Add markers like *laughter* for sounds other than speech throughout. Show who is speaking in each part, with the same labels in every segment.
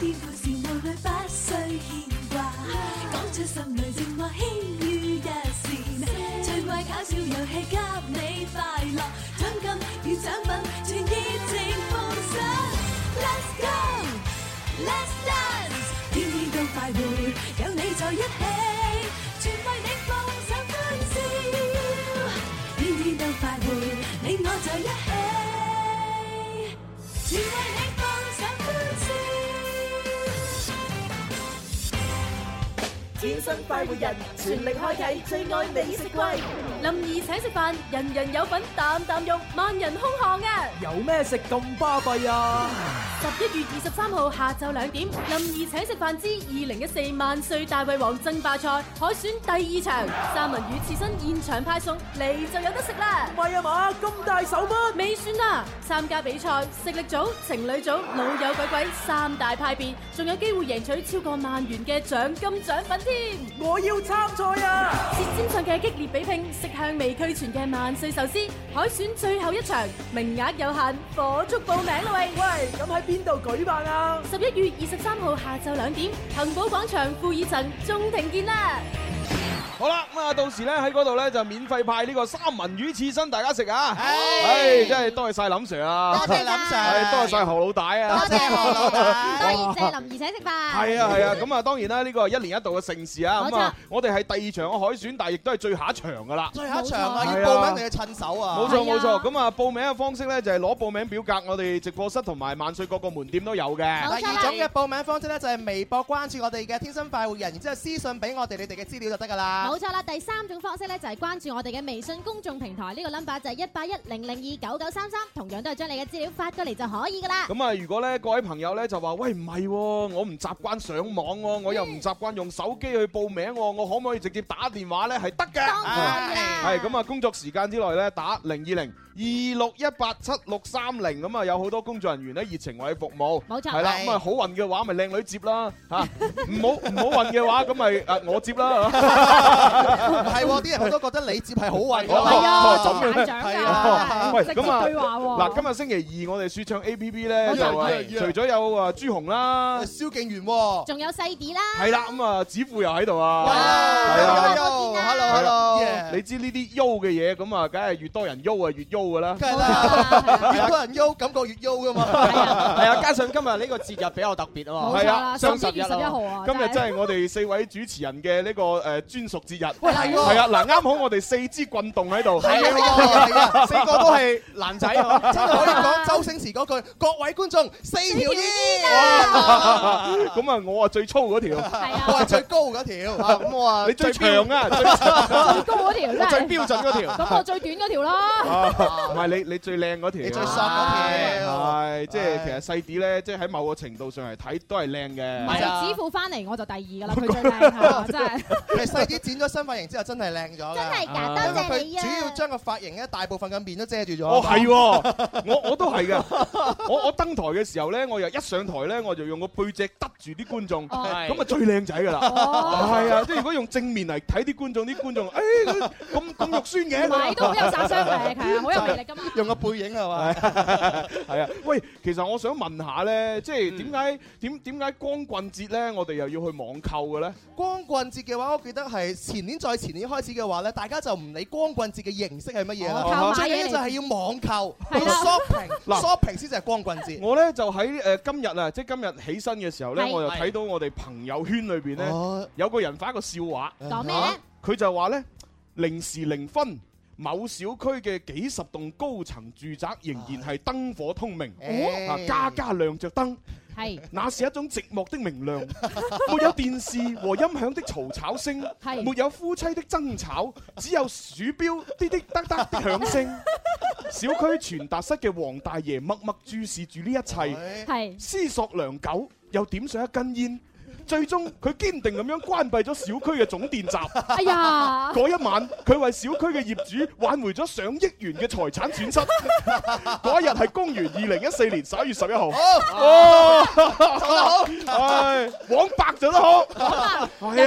Speaker 1: 啲故事無慮不需牽掛，講出心裏情話輕於一線，趣怪搞笑遊戲給你快樂，獎金與獎品全熱情奉上，Let's go，Let's dance，天天都快活，有你在一起，全為你放上歡笑，天天都快活，你我在一起。全為你放上歡笑。
Speaker 2: 天生快活人，全力開啟最愛美食季。
Speaker 3: 林兒請食飯，人人有份，啖啖肉，萬人空巷啊！
Speaker 4: 有咩食咁巴閉啊？
Speaker 3: 十一月二十三號下晝兩點，林兒請食飯之二零一四萬歲大胃王爭霸賽海選第二場，三文魚刺身現場派送，你就有得食啦！
Speaker 4: 唔係啊嘛，咁大手筆，
Speaker 3: 未算啦，參加比賽，食力組、情侶組、老友鬼鬼三大派別，仲有機會贏取超過萬元嘅獎金獎品添。
Speaker 4: 我要參賽啊！
Speaker 3: 舌尖上嘅激烈比拼，食向味俱全嘅萬歲壽司，海選最後一場，名額有限，火速報名啦喂！
Speaker 4: 喂，咁喺邊度舉辦啊？
Speaker 3: 十一月二十三號下晝兩點，恒寶廣場負二層中庭見啦！
Speaker 5: 好啦，咁啊，到時咧喺嗰度咧就免費派呢個三文魚刺身大家食啊！唉，真係多謝晒林 Sir 啊！
Speaker 6: 多謝林 Sir
Speaker 5: 係多謝晒何老大啊！
Speaker 6: 多謝何
Speaker 5: *laughs*
Speaker 6: 老大
Speaker 7: 當然就係林兒請食飯。
Speaker 5: 係啊係啊，咁啊當然啦，呢個係一年一度嘅盛事啊，
Speaker 7: 冇錯
Speaker 5: 咁啊我哋係第二場嘅海選，但係亦都係最後一場噶啦。
Speaker 6: 最後一場啊，要
Speaker 5: 冇錯
Speaker 6: 報名定係趁手啊？
Speaker 5: 冇錯
Speaker 7: 係
Speaker 5: 冇
Speaker 7: 啊
Speaker 5: 錯，咁啊報名嘅方式咧就係攞報名表格，我哋直播室同埋萬歲各個門店都有嘅。
Speaker 7: 冇
Speaker 6: 第
Speaker 7: 錯
Speaker 6: 二
Speaker 7: 啦
Speaker 6: 種嘅報名方式咧，就係微博關注我哋嘅天生快活人，然之後私信俾我哋你哋嘅資料就得㗎啦。
Speaker 7: 冇錯啦，第三種方式咧就係關注我哋嘅微信公眾平台，呢個 number 就係一八一零零二九九三三，同樣都係將你嘅資料發過嚟就可以噶啦。
Speaker 5: 咁啊，如果咧各位朋友咧就話喂唔係喎，我唔習慣上網喎，我又唔習慣用手機去報名喎，我可唔可以直接打電話咧？係得嘅。
Speaker 7: 當然啦，
Speaker 5: 係咁啊！工作時間之內咧，打零二零二六一八七六三零咁啊，有好多工作人員咧熱情為你服務。
Speaker 7: 冇錯
Speaker 5: 係啦，
Speaker 6: 係
Speaker 5: 咁啊好運嘅話咪靚女接啦嚇，唔好唔好運嘅話咁咪誒我接啦。
Speaker 6: 唔 *laughs* 係喎，啲人佢都覺得你接係好運㗎
Speaker 5: 係啊
Speaker 6: 喎。
Speaker 5: 咁
Speaker 3: 大獎
Speaker 6: 係
Speaker 3: 㗎 *laughs*
Speaker 6: 啊
Speaker 5: 喂，
Speaker 3: 直接
Speaker 5: 咁啊
Speaker 3: 對話喎
Speaker 5: 嗱，今日星期二我哋説唱 A P P 咧，
Speaker 6: 冇
Speaker 5: 就
Speaker 6: 錯
Speaker 5: 係
Speaker 6: 係
Speaker 5: 除咗有啊朱紅啦，
Speaker 6: 蕭敬元喎。
Speaker 7: 仲有細啲啦，
Speaker 5: 係啦，咁啊子富又喺度啊。係啊
Speaker 6: ，hello hello，
Speaker 5: 你知呢啲 U 嘅嘢咁啊，梗係越多人 U 啊越 U 噶啦。
Speaker 6: 梗係
Speaker 7: 冇
Speaker 6: 啦，
Speaker 7: 錯啦
Speaker 6: 越多人憂感覺越憂㗎嘛。
Speaker 2: *laughs* 係啊，加上今日呢個節日比較特別啊嘛
Speaker 3: 冇
Speaker 5: 係
Speaker 3: 錯
Speaker 5: 啊
Speaker 3: 啦，十
Speaker 2: 雙十
Speaker 3: 月
Speaker 2: 一
Speaker 3: 二
Speaker 2: 啊
Speaker 3: 十一號啊，
Speaker 5: 今日真
Speaker 3: 係
Speaker 5: 係我哋四位主持人嘅呢呃個誒專屬節日，
Speaker 6: 喂係喎
Speaker 5: 係啊嗱，啱好我哋四支棍動喺度，
Speaker 6: 係
Speaker 5: *laughs*
Speaker 6: 啊，係啊，
Speaker 2: 四個
Speaker 6: *laughs*
Speaker 2: 都係男仔啊嘛
Speaker 6: 真係可以講周星馳嗰句：各位觀眾四條煙，
Speaker 5: 咁啊我啊最粗嗰條，
Speaker 3: 係
Speaker 6: 我
Speaker 3: 啊，
Speaker 6: 係最高嗰條。咁我啊
Speaker 5: 你最長啊，最
Speaker 3: 最高嗰條真
Speaker 2: 最
Speaker 3: 係，
Speaker 2: 標準嗰條。
Speaker 3: 咁我最短嗰條啦，
Speaker 5: 啊唔係你你最靚嗰條，
Speaker 6: 你最索嗰條。
Speaker 5: 係即係其實細啲咧，即係喺某個程度上嚟睇都係靚
Speaker 3: 我
Speaker 5: 嘅。
Speaker 2: 係啊
Speaker 3: 就指付翻嚟我就第二噶啦，佢最靚係嘛真
Speaker 6: *laughs*
Speaker 3: 係。
Speaker 6: 其實細啲剪咗新髮型之後，真係靚咗。
Speaker 7: 真係
Speaker 2: 啊
Speaker 7: 㗎，多謝
Speaker 6: 因
Speaker 7: 你
Speaker 6: 為佢
Speaker 7: 啊！
Speaker 6: 主要將個髮型咧，大部分嘅面都遮住咗。 *laughs*
Speaker 5: 哦，係喎，我我都係嘅。我我登台嘅時候咧，我又一上台咧，我就用個背脊揼住啲觀眾，
Speaker 3: 哦
Speaker 5: 咁啊最靚仔㗎啦。
Speaker 3: 哦，
Speaker 5: 係啊，即係如果用正面嚟睇啲觀眾，啲觀眾誒佢咁咁肉酸
Speaker 3: 唔
Speaker 5: 嘅
Speaker 3: 係。都好有殺
Speaker 5: *laughs*
Speaker 3: 傷力，係啊，好有魅力噶嘛。
Speaker 6: 用個背影係嘛？
Speaker 5: 係啊，喂，其實我想問下咧，即係點解點點解光棍節咧，我哋又要去網購嘅咧？
Speaker 6: 光棍節嘅話，我記得係前年再前年開始嘅話咧，大家就唔理光棍節嘅形式係乜嘢
Speaker 3: 哦
Speaker 6: 啦
Speaker 3: 靠，買
Speaker 6: 最緊
Speaker 3: 嘢
Speaker 6: 要
Speaker 3: 嚟
Speaker 6: 就係要網購
Speaker 3: 係啦
Speaker 5: 嗱
Speaker 6: ，shopping，shopping 先至係光棍節。
Speaker 5: 我咧就喺誒今日啊，即係今日起身嘅時候咧，
Speaker 7: 係
Speaker 5: 我就睇到我哋朋友圈裏邊咧
Speaker 6: 哦
Speaker 5: 有個人發一個笑話，
Speaker 7: 講咩咧？
Speaker 5: 佢就話咧零時零分。某小區嘅幾十棟高層住宅仍然係燈火通明，
Speaker 6: 誒
Speaker 5: 啊家家亮着燈，
Speaker 7: 係
Speaker 5: 那是一種寂寞的明亮，沒有電視和音響的嘈吵
Speaker 7: *laughs*
Speaker 5: 聲，
Speaker 7: 係
Speaker 5: 沒有夫妻的爭吵，只有鼠標滴滴答答的響聲。小區傳達室嘅黃大爺默默注視住呢一切，
Speaker 6: 哎
Speaker 7: 係
Speaker 5: 思索良久，又點上一根煙。最終佢堅定咁樣關閉咗小區嘅總電閘。
Speaker 7: 哎呀，
Speaker 5: 嗰一晚，佢為小區嘅業主挽回咗上億元嘅財產損失。嗰一日係公元二零一四年十一月十一號。 *laughs*
Speaker 7: *laughs*
Speaker 5: 哦，係往白做得好，
Speaker 7: 人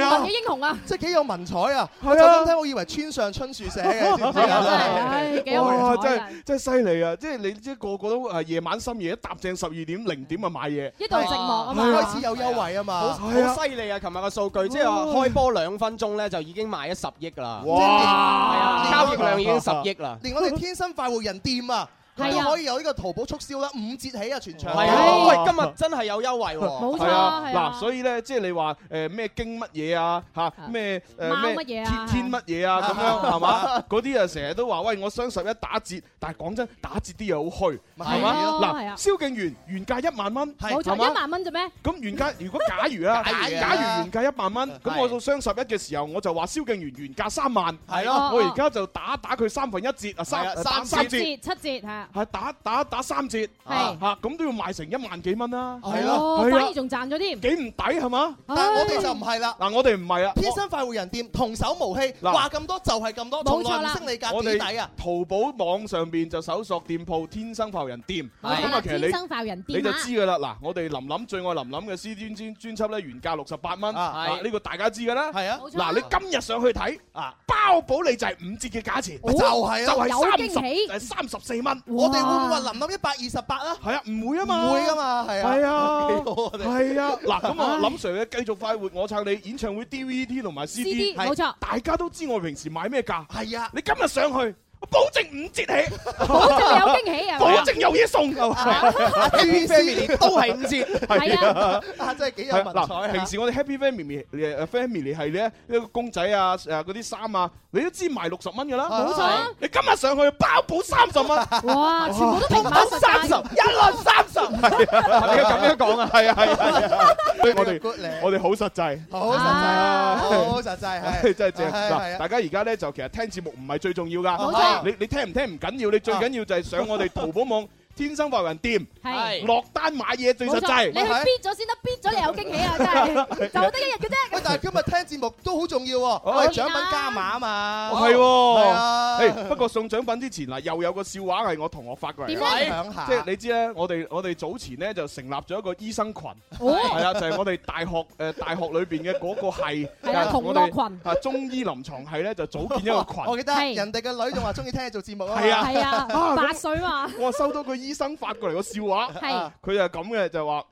Speaker 5: *laughs* 係
Speaker 7: 民
Speaker 5: 啊
Speaker 7: 嘅。英雄啊！
Speaker 6: 即係幾有文采啊！
Speaker 5: 係
Speaker 6: 我
Speaker 5: 啊
Speaker 6: 就咁聽，我以為村上春樹寫嘅，知唔知
Speaker 7: 係啊，真係，
Speaker 6: 啊？
Speaker 7: 唉，幾有
Speaker 5: 哇！
Speaker 7: 文
Speaker 5: 真
Speaker 7: 采啊！
Speaker 5: 係真係犀利啊！即係你即係個個都誒夜晚深夜一搭正十二點零點啊買嘢，
Speaker 7: 一度寂寞啊嘛，
Speaker 6: 開始有優惠
Speaker 8: 好
Speaker 6: 啊嘛！
Speaker 5: 係啊
Speaker 8: 好犀利啊！琴日嘅數據，即係話開波兩分鐘咧，就已經賣咗十億㗎啦。係
Speaker 5: 哇
Speaker 8: 啊，交易
Speaker 9: *laughs*
Speaker 8: 量已經十億啦。
Speaker 6: 連我哋天生快活人店啊，佢
Speaker 7: 係啊
Speaker 6: 都可以有呢個淘寶促銷啦，五折起啊，全場。
Speaker 8: 係啊，喂，今日真係有
Speaker 9: *laughs*
Speaker 8: 優惠喎。
Speaker 7: 冇錯
Speaker 5: 係啊，
Speaker 7: 係啊
Speaker 5: 嗱，。所以咧，即係你話誒咩經乜嘢啊，嚇咩
Speaker 7: 貓
Speaker 5: 誒
Speaker 7: 乜嘢
Speaker 5: 天
Speaker 7: 啊
Speaker 5: 天乜
Speaker 7: *laughs*
Speaker 5: 嘢啊咁樣係嘛？嗰啲啊成日都話喂，我雙十一打折，但係講真，打折啲嘢好虛
Speaker 6: 咪
Speaker 5: 係
Speaker 7: 係
Speaker 5: 嘛？
Speaker 7: 咯係
Speaker 5: 嗱，
Speaker 7: 啊
Speaker 5: 蕭敬元原價一萬蚊，
Speaker 7: 冇錯，
Speaker 5: 係嘛
Speaker 7: 一萬蚊啫咩？
Speaker 5: 咁原價如果假如啊，
Speaker 6: 假如啊
Speaker 5: 假如原價一萬蚊，咁
Speaker 8: 係
Speaker 5: 我到雙十一嘅時候，我就話蕭敬元原價三萬，
Speaker 6: 係
Speaker 7: 咯
Speaker 5: 我而家就打打佢三分一折啊，
Speaker 6: 係
Speaker 5: 三
Speaker 6: 啊
Speaker 5: 打
Speaker 6: 三
Speaker 5: 三
Speaker 7: 七
Speaker 5: 折。
Speaker 7: 折七折係啊，
Speaker 5: 係打打打三折，
Speaker 7: 係
Speaker 5: 嚇咁都要賣成一萬幾蚊啦，
Speaker 6: 係咯，
Speaker 7: 哦
Speaker 5: 係啊
Speaker 7: 反而仲賺咗添。
Speaker 5: 幾唔抵係嘛？
Speaker 6: 但係我
Speaker 7: 唉
Speaker 6: 哋就唔係啦。
Speaker 5: 嗱，我哋唔係啊，
Speaker 6: 天生快活人店童叟無欺，
Speaker 5: 嗱
Speaker 6: 話咁多就係咁多，
Speaker 7: 冇
Speaker 6: 從
Speaker 7: 錯
Speaker 6: 來唔
Speaker 7: 啦
Speaker 6: 識你
Speaker 5: 我
Speaker 6: 價
Speaker 5: 哋
Speaker 6: 幾抵啊！
Speaker 5: 淘寶網上邊就搜索店鋪天生浮人店，
Speaker 7: 冇錯
Speaker 5: 咁
Speaker 7: 啦
Speaker 5: 啊其實
Speaker 7: 天
Speaker 5: 你
Speaker 7: 生快活人
Speaker 5: 你
Speaker 7: 店
Speaker 5: 就
Speaker 7: 啊！
Speaker 5: 知噶啦。嗱，我哋林林最愛林林嘅 C 專專專輯咧，原價六十八蚊，
Speaker 6: 啊
Speaker 5: 啊呢個大家知噶啦。
Speaker 6: 係啊，
Speaker 7: 冇錯啦
Speaker 5: 嗱，你今日上去睇，
Speaker 6: 啊
Speaker 5: 包保你就係五折嘅價錢，
Speaker 6: 咪就係
Speaker 5: 就
Speaker 6: 啊！
Speaker 5: 係
Speaker 7: 有
Speaker 5: 三
Speaker 7: 驚
Speaker 5: 十，
Speaker 7: 喜
Speaker 5: 就係三十四蚊。
Speaker 6: 我哋會唔會
Speaker 7: 哇
Speaker 6: 話林林一百二十八啊？
Speaker 5: 係啊，唔會啊嘛，
Speaker 6: 唔會噶。嘛，係
Speaker 5: *laughs*
Speaker 6: 啊，
Speaker 5: 係啊
Speaker 6: 幾好我哋
Speaker 5: 係啊，嗱咁啊，林 Sir 嘅繼續快活，我撐你演唱會 DVD 同埋 CD，
Speaker 7: CD 冇錯，
Speaker 5: 大家都知我平時買咩價，
Speaker 6: 係啊，
Speaker 5: 你今日上去，我保證五折起，
Speaker 7: 保證有驚喜啊！
Speaker 5: 保證有嘢
Speaker 6: *laughs*
Speaker 5: 送。
Speaker 6: 啊 Happy Family 都係
Speaker 8: 五折，
Speaker 7: 係啊，
Speaker 6: 啊，真係幾有
Speaker 5: 係
Speaker 6: 文
Speaker 5: 嗱，
Speaker 6: 采
Speaker 5: 平
Speaker 6: 啊！
Speaker 5: 時我哋 Happy Family 誒 Family 係咧一個公仔啊誒嗰啲衫啊，你都知賣六十蚊㗎啦，
Speaker 6: 冇錯啊
Speaker 5: 你今日上去包保三十蚊，
Speaker 7: 哇，全部都平板實
Speaker 5: 三
Speaker 7: 價
Speaker 5: 十一輪三十，係你咁樣講啊？係啊係啊係啊，所以我哋
Speaker 6: Good 咧
Speaker 5: 我哋好實際。
Speaker 6: 好實際，
Speaker 7: 啊
Speaker 6: 好
Speaker 5: *laughs*
Speaker 6: 實際，係
Speaker 5: 真係正
Speaker 6: 係係
Speaker 5: 嗱，
Speaker 6: 啊
Speaker 5: 大家而家咧就其實聽節目唔係最重要
Speaker 7: 冇
Speaker 5: 㗎，
Speaker 7: 錯
Speaker 5: 你你聽唔聽唔緊要，你
Speaker 6: 啊
Speaker 5: 最緊要就係上我哋淘寶網天生白雲店
Speaker 7: 係。
Speaker 5: 落單買嘢最
Speaker 7: 冇
Speaker 5: 實
Speaker 7: 錯，你
Speaker 5: 際。
Speaker 7: 去 bid 咗先得，bid 咗你有驚喜啊！真係，就得一日嘅啫。
Speaker 6: 喂，但係今日聽節目都好重要喎，
Speaker 5: 哦
Speaker 6: 我哋獎品加碼啊嘛，
Speaker 5: 係
Speaker 6: 係
Speaker 5: 喎。
Speaker 6: 啊，
Speaker 5: 誒，不過送獎品之前嗱，又有個笑話係我同學發過嚟
Speaker 7: 點
Speaker 5: 嘅
Speaker 7: 咧。
Speaker 6: 分享下，
Speaker 5: 即係你知咧，我哋我哋早前咧就成立咗一個醫生
Speaker 6: *laughs*
Speaker 5: 群，
Speaker 7: 哦，
Speaker 5: 係啊，就係我哋大學誒大學裏邊嘅嗰個系，
Speaker 7: 係啦，
Speaker 5: 啊
Speaker 7: 同
Speaker 5: 我
Speaker 7: 樂
Speaker 5: 哋
Speaker 7: 群，
Speaker 5: 啊中醫臨床系咧就組建一個
Speaker 6: *laughs* 我
Speaker 5: 群。
Speaker 6: 記得
Speaker 7: 係
Speaker 6: 人哋嘅女仲話中意聽你做節目啊嘛，
Speaker 5: *laughs* 係啊
Speaker 7: 係啊，八歲嘛，
Speaker 5: 我收到個醫生發過嚟個笑話，啊
Speaker 7: 係
Speaker 5: 佢就係咁嘅，就話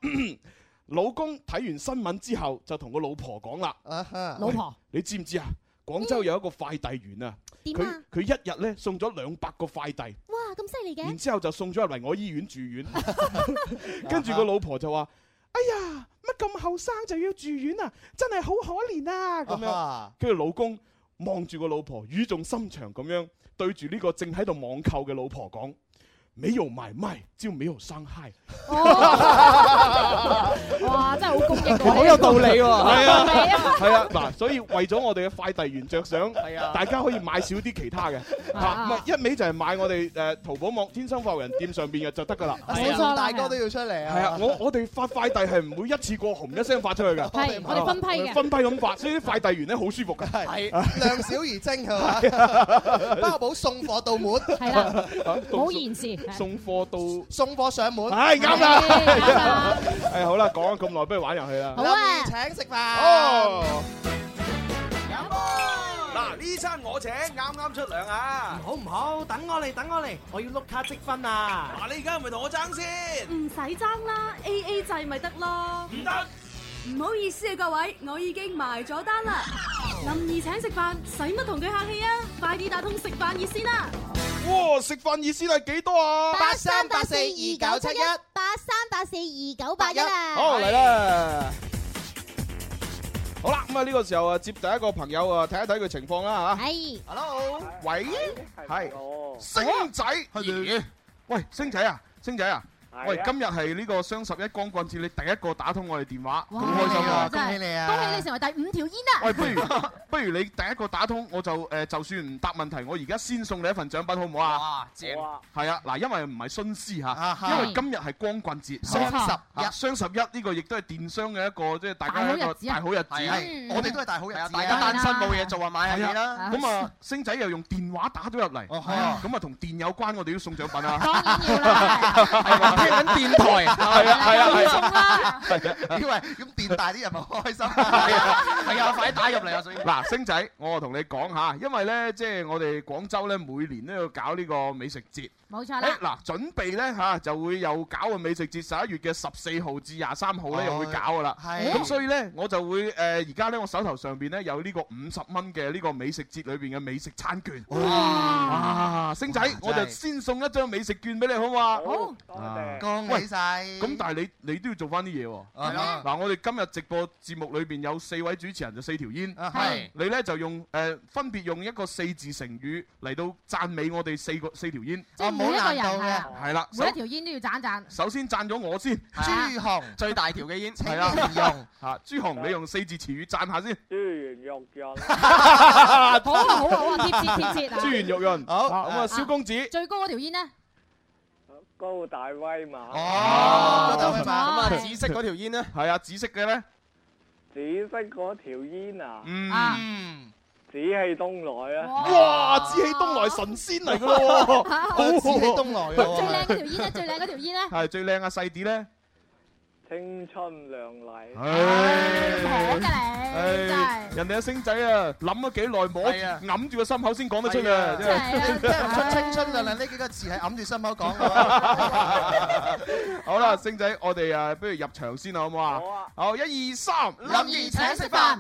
Speaker 5: *clears throat* 老公睇完新聞之後就同個老婆講啦，
Speaker 6: 啊哈，
Speaker 7: 老婆
Speaker 5: 你知唔知啊？廣州有一個快遞員啊，
Speaker 7: 點啊
Speaker 5: 佢？佢一日咧送咗兩百個快遞，
Speaker 7: 哇，咁犀利
Speaker 5: 然
Speaker 7: 嘅，
Speaker 5: 之後就送咗入嚟我醫院住
Speaker 7: *laughs*
Speaker 5: 院， *laughs* 跟住個老婆就話：哎呀，乜咁後生就要住院啊？真係好可憐啊！咁樣，
Speaker 6: 樣
Speaker 5: 跟住老公望住個老婆，語重心長咁樣對住呢個正喺度網購嘅老婆講：沒有買賣就沒有傷害。
Speaker 8: *laughs*
Speaker 7: 哦哇，真係好公益喎，
Speaker 8: 好有道理
Speaker 7: *laughs*
Speaker 8: 喎。
Speaker 5: 係
Speaker 7: 道
Speaker 5: 啊。
Speaker 7: 理啊，
Speaker 5: 係啊，嗱，所以為咗我哋嘅快遞員着想，
Speaker 8: 係啊
Speaker 5: 大家可以買少啲其他嘅，嚇
Speaker 7: 啊
Speaker 5: 唔係一味就係買我哋誒淘寶網天生快活人店上邊嘅就得㗎啦。
Speaker 6: 啊，
Speaker 7: 係啊
Speaker 6: 四大哥都要出嚟啊，
Speaker 5: 係啊，我我哋發快遞係唔會一次過紅一聲發出去㗎，
Speaker 7: 係我哋分批嘅，
Speaker 5: 分批咁發，所以啲快遞員咧好舒服㗎。啊
Speaker 6: 係量少而精
Speaker 5: *laughs*
Speaker 6: 係嘛，包保送貨到門，
Speaker 7: 係啦， *laughs* 冇
Speaker 5: 送
Speaker 7: 延時，係
Speaker 5: 送貨到，
Speaker 6: 送貨上門，
Speaker 5: 唉啱啦，
Speaker 6: *laughs*
Speaker 7: 係啱
Speaker 5: *laughs*
Speaker 7: 啦
Speaker 5: 係好啦，講咗咁耐，不如玩遊戲啦。
Speaker 7: 好啊
Speaker 6: 林兒請食
Speaker 5: 哦
Speaker 6: 飯。，
Speaker 2: 嗱，呢餐我請，啱啱出糧啊！
Speaker 4: 好唔好？等我嚟，等我嚟，我要碌卡積分啊！
Speaker 2: 嗱，你而家係咪同我爭先？
Speaker 3: 唔使爭啦，A A 制咪得咯。
Speaker 2: 唔得，
Speaker 3: 唔好意思啊，各位，我已經埋咗單啦。林兒請食飯，使乜同佢客氣啊？快啲打通食飯熱線啦！
Speaker 5: 哇，食飯意思係幾多啊？
Speaker 6: 八三八四二九七一，
Speaker 7: 八三八四二九八一啊，
Speaker 5: 好哦嚟啦！好啦，咁啊呢個時候啊接第一個朋友啊，睇一睇佢情況啦吓。
Speaker 7: 係
Speaker 6: Hello，
Speaker 5: 喂，係
Speaker 10: 哦，
Speaker 5: 星仔，喂，星仔啊，星仔啊，喂，今日係呢個雙十一光棍節，你第一個打通我哋電話，咁
Speaker 7: 哇
Speaker 5: 開心啊！
Speaker 7: 真係
Speaker 6: 恭喜你啊
Speaker 7: 恭喜你成為第五條煙啦！
Speaker 5: 喂，不如 *laughs* 不如你第一個打通，我就誒就算唔答問題，我而家先送你一份獎品，好唔好啊？
Speaker 6: 哇，正
Speaker 5: 係啊，嗱，因為唔係徇私
Speaker 6: 啊
Speaker 5: 嚇，
Speaker 6: 哈
Speaker 5: 因為今日係光棍節，
Speaker 6: 雙十一
Speaker 5: 啊雙十一呢個亦都係電商嘅一個即係大
Speaker 7: 大
Speaker 5: 家
Speaker 7: 好
Speaker 5: 一個
Speaker 7: 日子啊
Speaker 5: 大好日子。
Speaker 7: 嗯
Speaker 6: 係，我哋都係大好日子啊，
Speaker 2: 大家單身冇嘢做
Speaker 6: 嗯
Speaker 2: 啊，買下嘢啦。
Speaker 5: 咁啊，星仔又用電話打咗入嚟，
Speaker 6: 哦係啊
Speaker 5: 咁啊同電有關，我哋都送獎品啊！
Speaker 7: 當然要
Speaker 5: *laughs*
Speaker 7: 啦，
Speaker 2: 聽緊電台，
Speaker 5: 係啊係啊係啊！
Speaker 7: 送
Speaker 5: *laughs*
Speaker 7: 啦，
Speaker 6: *laughs* 以為咁電大啲人咪開心，
Speaker 2: *laughs* 係啊，快啲打入嚟啊！所以
Speaker 5: 嗱，星仔，我同你講下，因為呢，即係我哋廣州呢，每年都要搞呢個美食節。
Speaker 7: 冇
Speaker 5: 誒
Speaker 7: 錯啦。
Speaker 5: 嗱，準備呢，嚇就會有搞個美食節，十一月嘅十四號至廿三號呢，又會搞噶啦。
Speaker 6: 係
Speaker 5: 咁所以呢，我就會誒而家呢，我手頭上邊呢，有呢個五十蚊嘅呢個美食節裏邊嘅美食餐券。哇！星仔，我就
Speaker 6: 真係
Speaker 5: 先送一張美食券俾你，好嘛？
Speaker 7: 好，
Speaker 6: 恭喜晒。
Speaker 5: 咁但係你你都要做翻啲嘢喎。
Speaker 6: 係咯，
Speaker 5: 嗱，我哋今日直播節目裏邊有四位主持人，就四條煙。
Speaker 6: 啊係
Speaker 5: 你咧就用誒、呃分別用一個四字成語嚟到讚美我哋四個四條煙，
Speaker 7: 即係每一個人係啊，
Speaker 5: 係啦。
Speaker 7: 每一
Speaker 5: 首
Speaker 7: 條啊煙都要賺賺。
Speaker 5: 首先讚咗我先，
Speaker 6: 朱紅
Speaker 2: 最大條嘅煙，
Speaker 6: 請
Speaker 5: 係啦 *laughs*
Speaker 6: 形容，
Speaker 5: 嚇、朱紅，你用四字詞語讚下先。
Speaker 7: *laughs* 好啊好啊好啊，貼切貼切
Speaker 11: 珠
Speaker 7: 啊！
Speaker 11: 圓玉潤，
Speaker 6: 好
Speaker 11: 啊咁啊，蕭公子，
Speaker 7: 最高嗰條煙咧，
Speaker 6: 哦，
Speaker 7: 都
Speaker 6: 都
Speaker 7: 唔
Speaker 6: 係嘛，
Speaker 2: 咁
Speaker 7: 錯
Speaker 2: 啊，紫色嗰條煙咧，
Speaker 5: 係啊，紫色嘅咧，嗯，
Speaker 7: 啊
Speaker 6: 嗯，
Speaker 11: 啊哇，紫氣東來神仙嚟噶咯喎，好
Speaker 6: 好啊 *laughs* 紫氣
Speaker 11: 喎，
Speaker 6: 東來啊
Speaker 7: 最
Speaker 6: 喎
Speaker 7: 靚嗰，條煙咧，最靚嗰條煙咧，
Speaker 5: 係最靚啊細啲咧，
Speaker 7: 好
Speaker 5: 唉
Speaker 7: 㗎你真係
Speaker 5: 唉。人哋阿星仔啊，諗咗幾耐，摸
Speaker 2: 係啊
Speaker 5: 揞住個心口先講得出
Speaker 2: 係啊
Speaker 5: 啊，真係。
Speaker 7: 真係啊
Speaker 6: 即係唔出青春亮亮呢幾個字係揞住心口講
Speaker 7: *laughs*
Speaker 6: 嘅
Speaker 5: *laughs* 好啦，星仔，我哋啊，不如入場先啦，好唔好啊？
Speaker 12: 好啊
Speaker 5: 好，一二三，
Speaker 6: 喎。林怡請食飯，，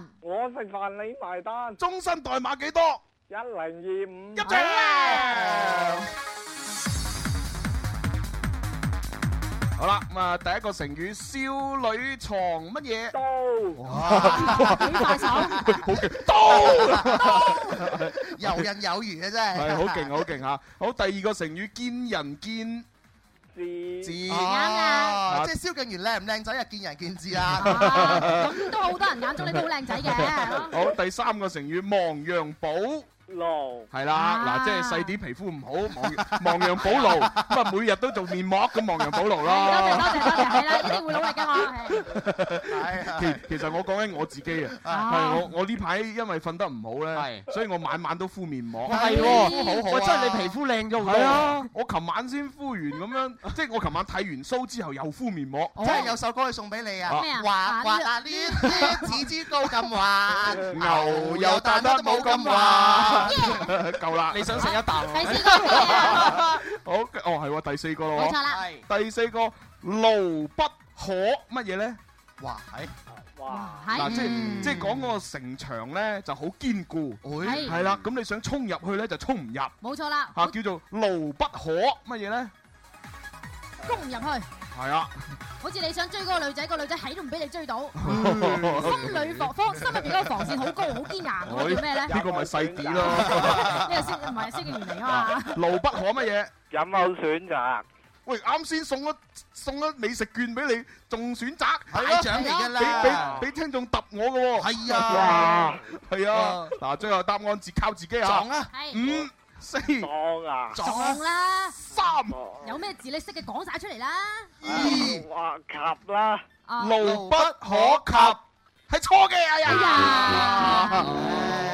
Speaker 5: 終身代碼幾多？入場啊！好啦，咁啊，第一個成語少女藏乜嘢？
Speaker 7: 幾快手，
Speaker 5: 好勁，刀
Speaker 6: 游刃有餘嘅真係。
Speaker 5: 係好勁，好勁吓。好，第二個成語見仁見智。
Speaker 6: 哦，即係蕭敬元靚唔靚仔啊，見仁見智啦。
Speaker 7: *laughs* 啊咁都好多人眼中你都好靚仔嘅。
Speaker 5: *laughs* 好，第三個成語亡羊補
Speaker 2: 哦
Speaker 5: 係啦，嗱，
Speaker 7: 啊
Speaker 5: 即係細啲皮膚唔好，亡亡羊 *laughs* 補牢，咁啊，每日都做面膜咁亡羊補牢
Speaker 7: 多謝多
Speaker 5: 啦。
Speaker 7: 謝多謝，係啦，一定會努力嘅我。
Speaker 6: 係啊
Speaker 5: *laughs* 其其實我講緊我自己啊。係我我呢排因為瞓得唔好咧，
Speaker 2: 係
Speaker 5: 所以我晚晚都敷面膜。哎
Speaker 2: 係
Speaker 6: 敷
Speaker 2: 喎，
Speaker 6: 好好啊
Speaker 2: 喂，真係你皮膚靚咗好
Speaker 5: 係
Speaker 2: 多。
Speaker 5: 啊，我琴晚先敷完咁樣，即係我琴晚剃完須之後又敷面膜。
Speaker 6: *laughs*
Speaker 7: 哦
Speaker 6: 真係有首歌去送俾你啊！
Speaker 7: 咩啊
Speaker 6: 滑
Speaker 7: 啊
Speaker 6: 滑
Speaker 7: 呢
Speaker 6: 啊，呢啲紫珠高咁滑，
Speaker 5: 牛又彈
Speaker 6: 彈
Speaker 5: 得冇咁滑， *laughs* 夠啦。
Speaker 2: 你想食一啖
Speaker 7: 第
Speaker 2: 喎？
Speaker 7: 四個係咩啊
Speaker 5: 好，哦係喎，第四個
Speaker 7: 冇
Speaker 5: 咯
Speaker 7: 錯啦，
Speaker 2: 係
Speaker 5: 喎。第四個牢不可乜嘢咧？
Speaker 6: 哇，係，
Speaker 5: 嗱，
Speaker 7: 係
Speaker 5: 即係即係講嗰個城牆咧就好堅固，
Speaker 6: 會
Speaker 5: 係啦。咁你想衝入去咧就衝唔入，嚇
Speaker 7: 冇錯啦，
Speaker 5: 叫做牢不可乜嘢咧？
Speaker 7: 攻唔入去，
Speaker 5: 係啊。
Speaker 7: 好似你想追嗰個女仔，個女仔喺都唔俾你
Speaker 5: *laughs*
Speaker 7: 追到。
Speaker 5: Ừ.
Speaker 7: 心裏防方心入邊嗰個防線好高好堅硬，咁啊叫咩咧？
Speaker 5: 呢個咪細啲咯。
Speaker 7: 呢個先唔係蕭敬元嚟啊嘛，
Speaker 5: 牢不可乜嘢？喂，啱先送咗送咗美食券俾你，仲選擇
Speaker 6: 大獎嚟㗎
Speaker 5: 俾
Speaker 6: 啦，
Speaker 5: 俾俾聽眾揼我嘅喎。
Speaker 6: 係啊，
Speaker 5: 哇，係啊，嗱，最後答案自靠自己啊
Speaker 6: 撞。啊，
Speaker 7: 係
Speaker 5: 五、四、
Speaker 6: 撞啊，
Speaker 7: 啦，
Speaker 5: 三、
Speaker 7: 有咩字你識嘅講晒出嚟啦。
Speaker 6: 二，
Speaker 1: Ờ.
Speaker 7: 啊，
Speaker 5: 牢不可及，係錯嘅。哎
Speaker 7: 哎
Speaker 5: 呀
Speaker 7: 呀，，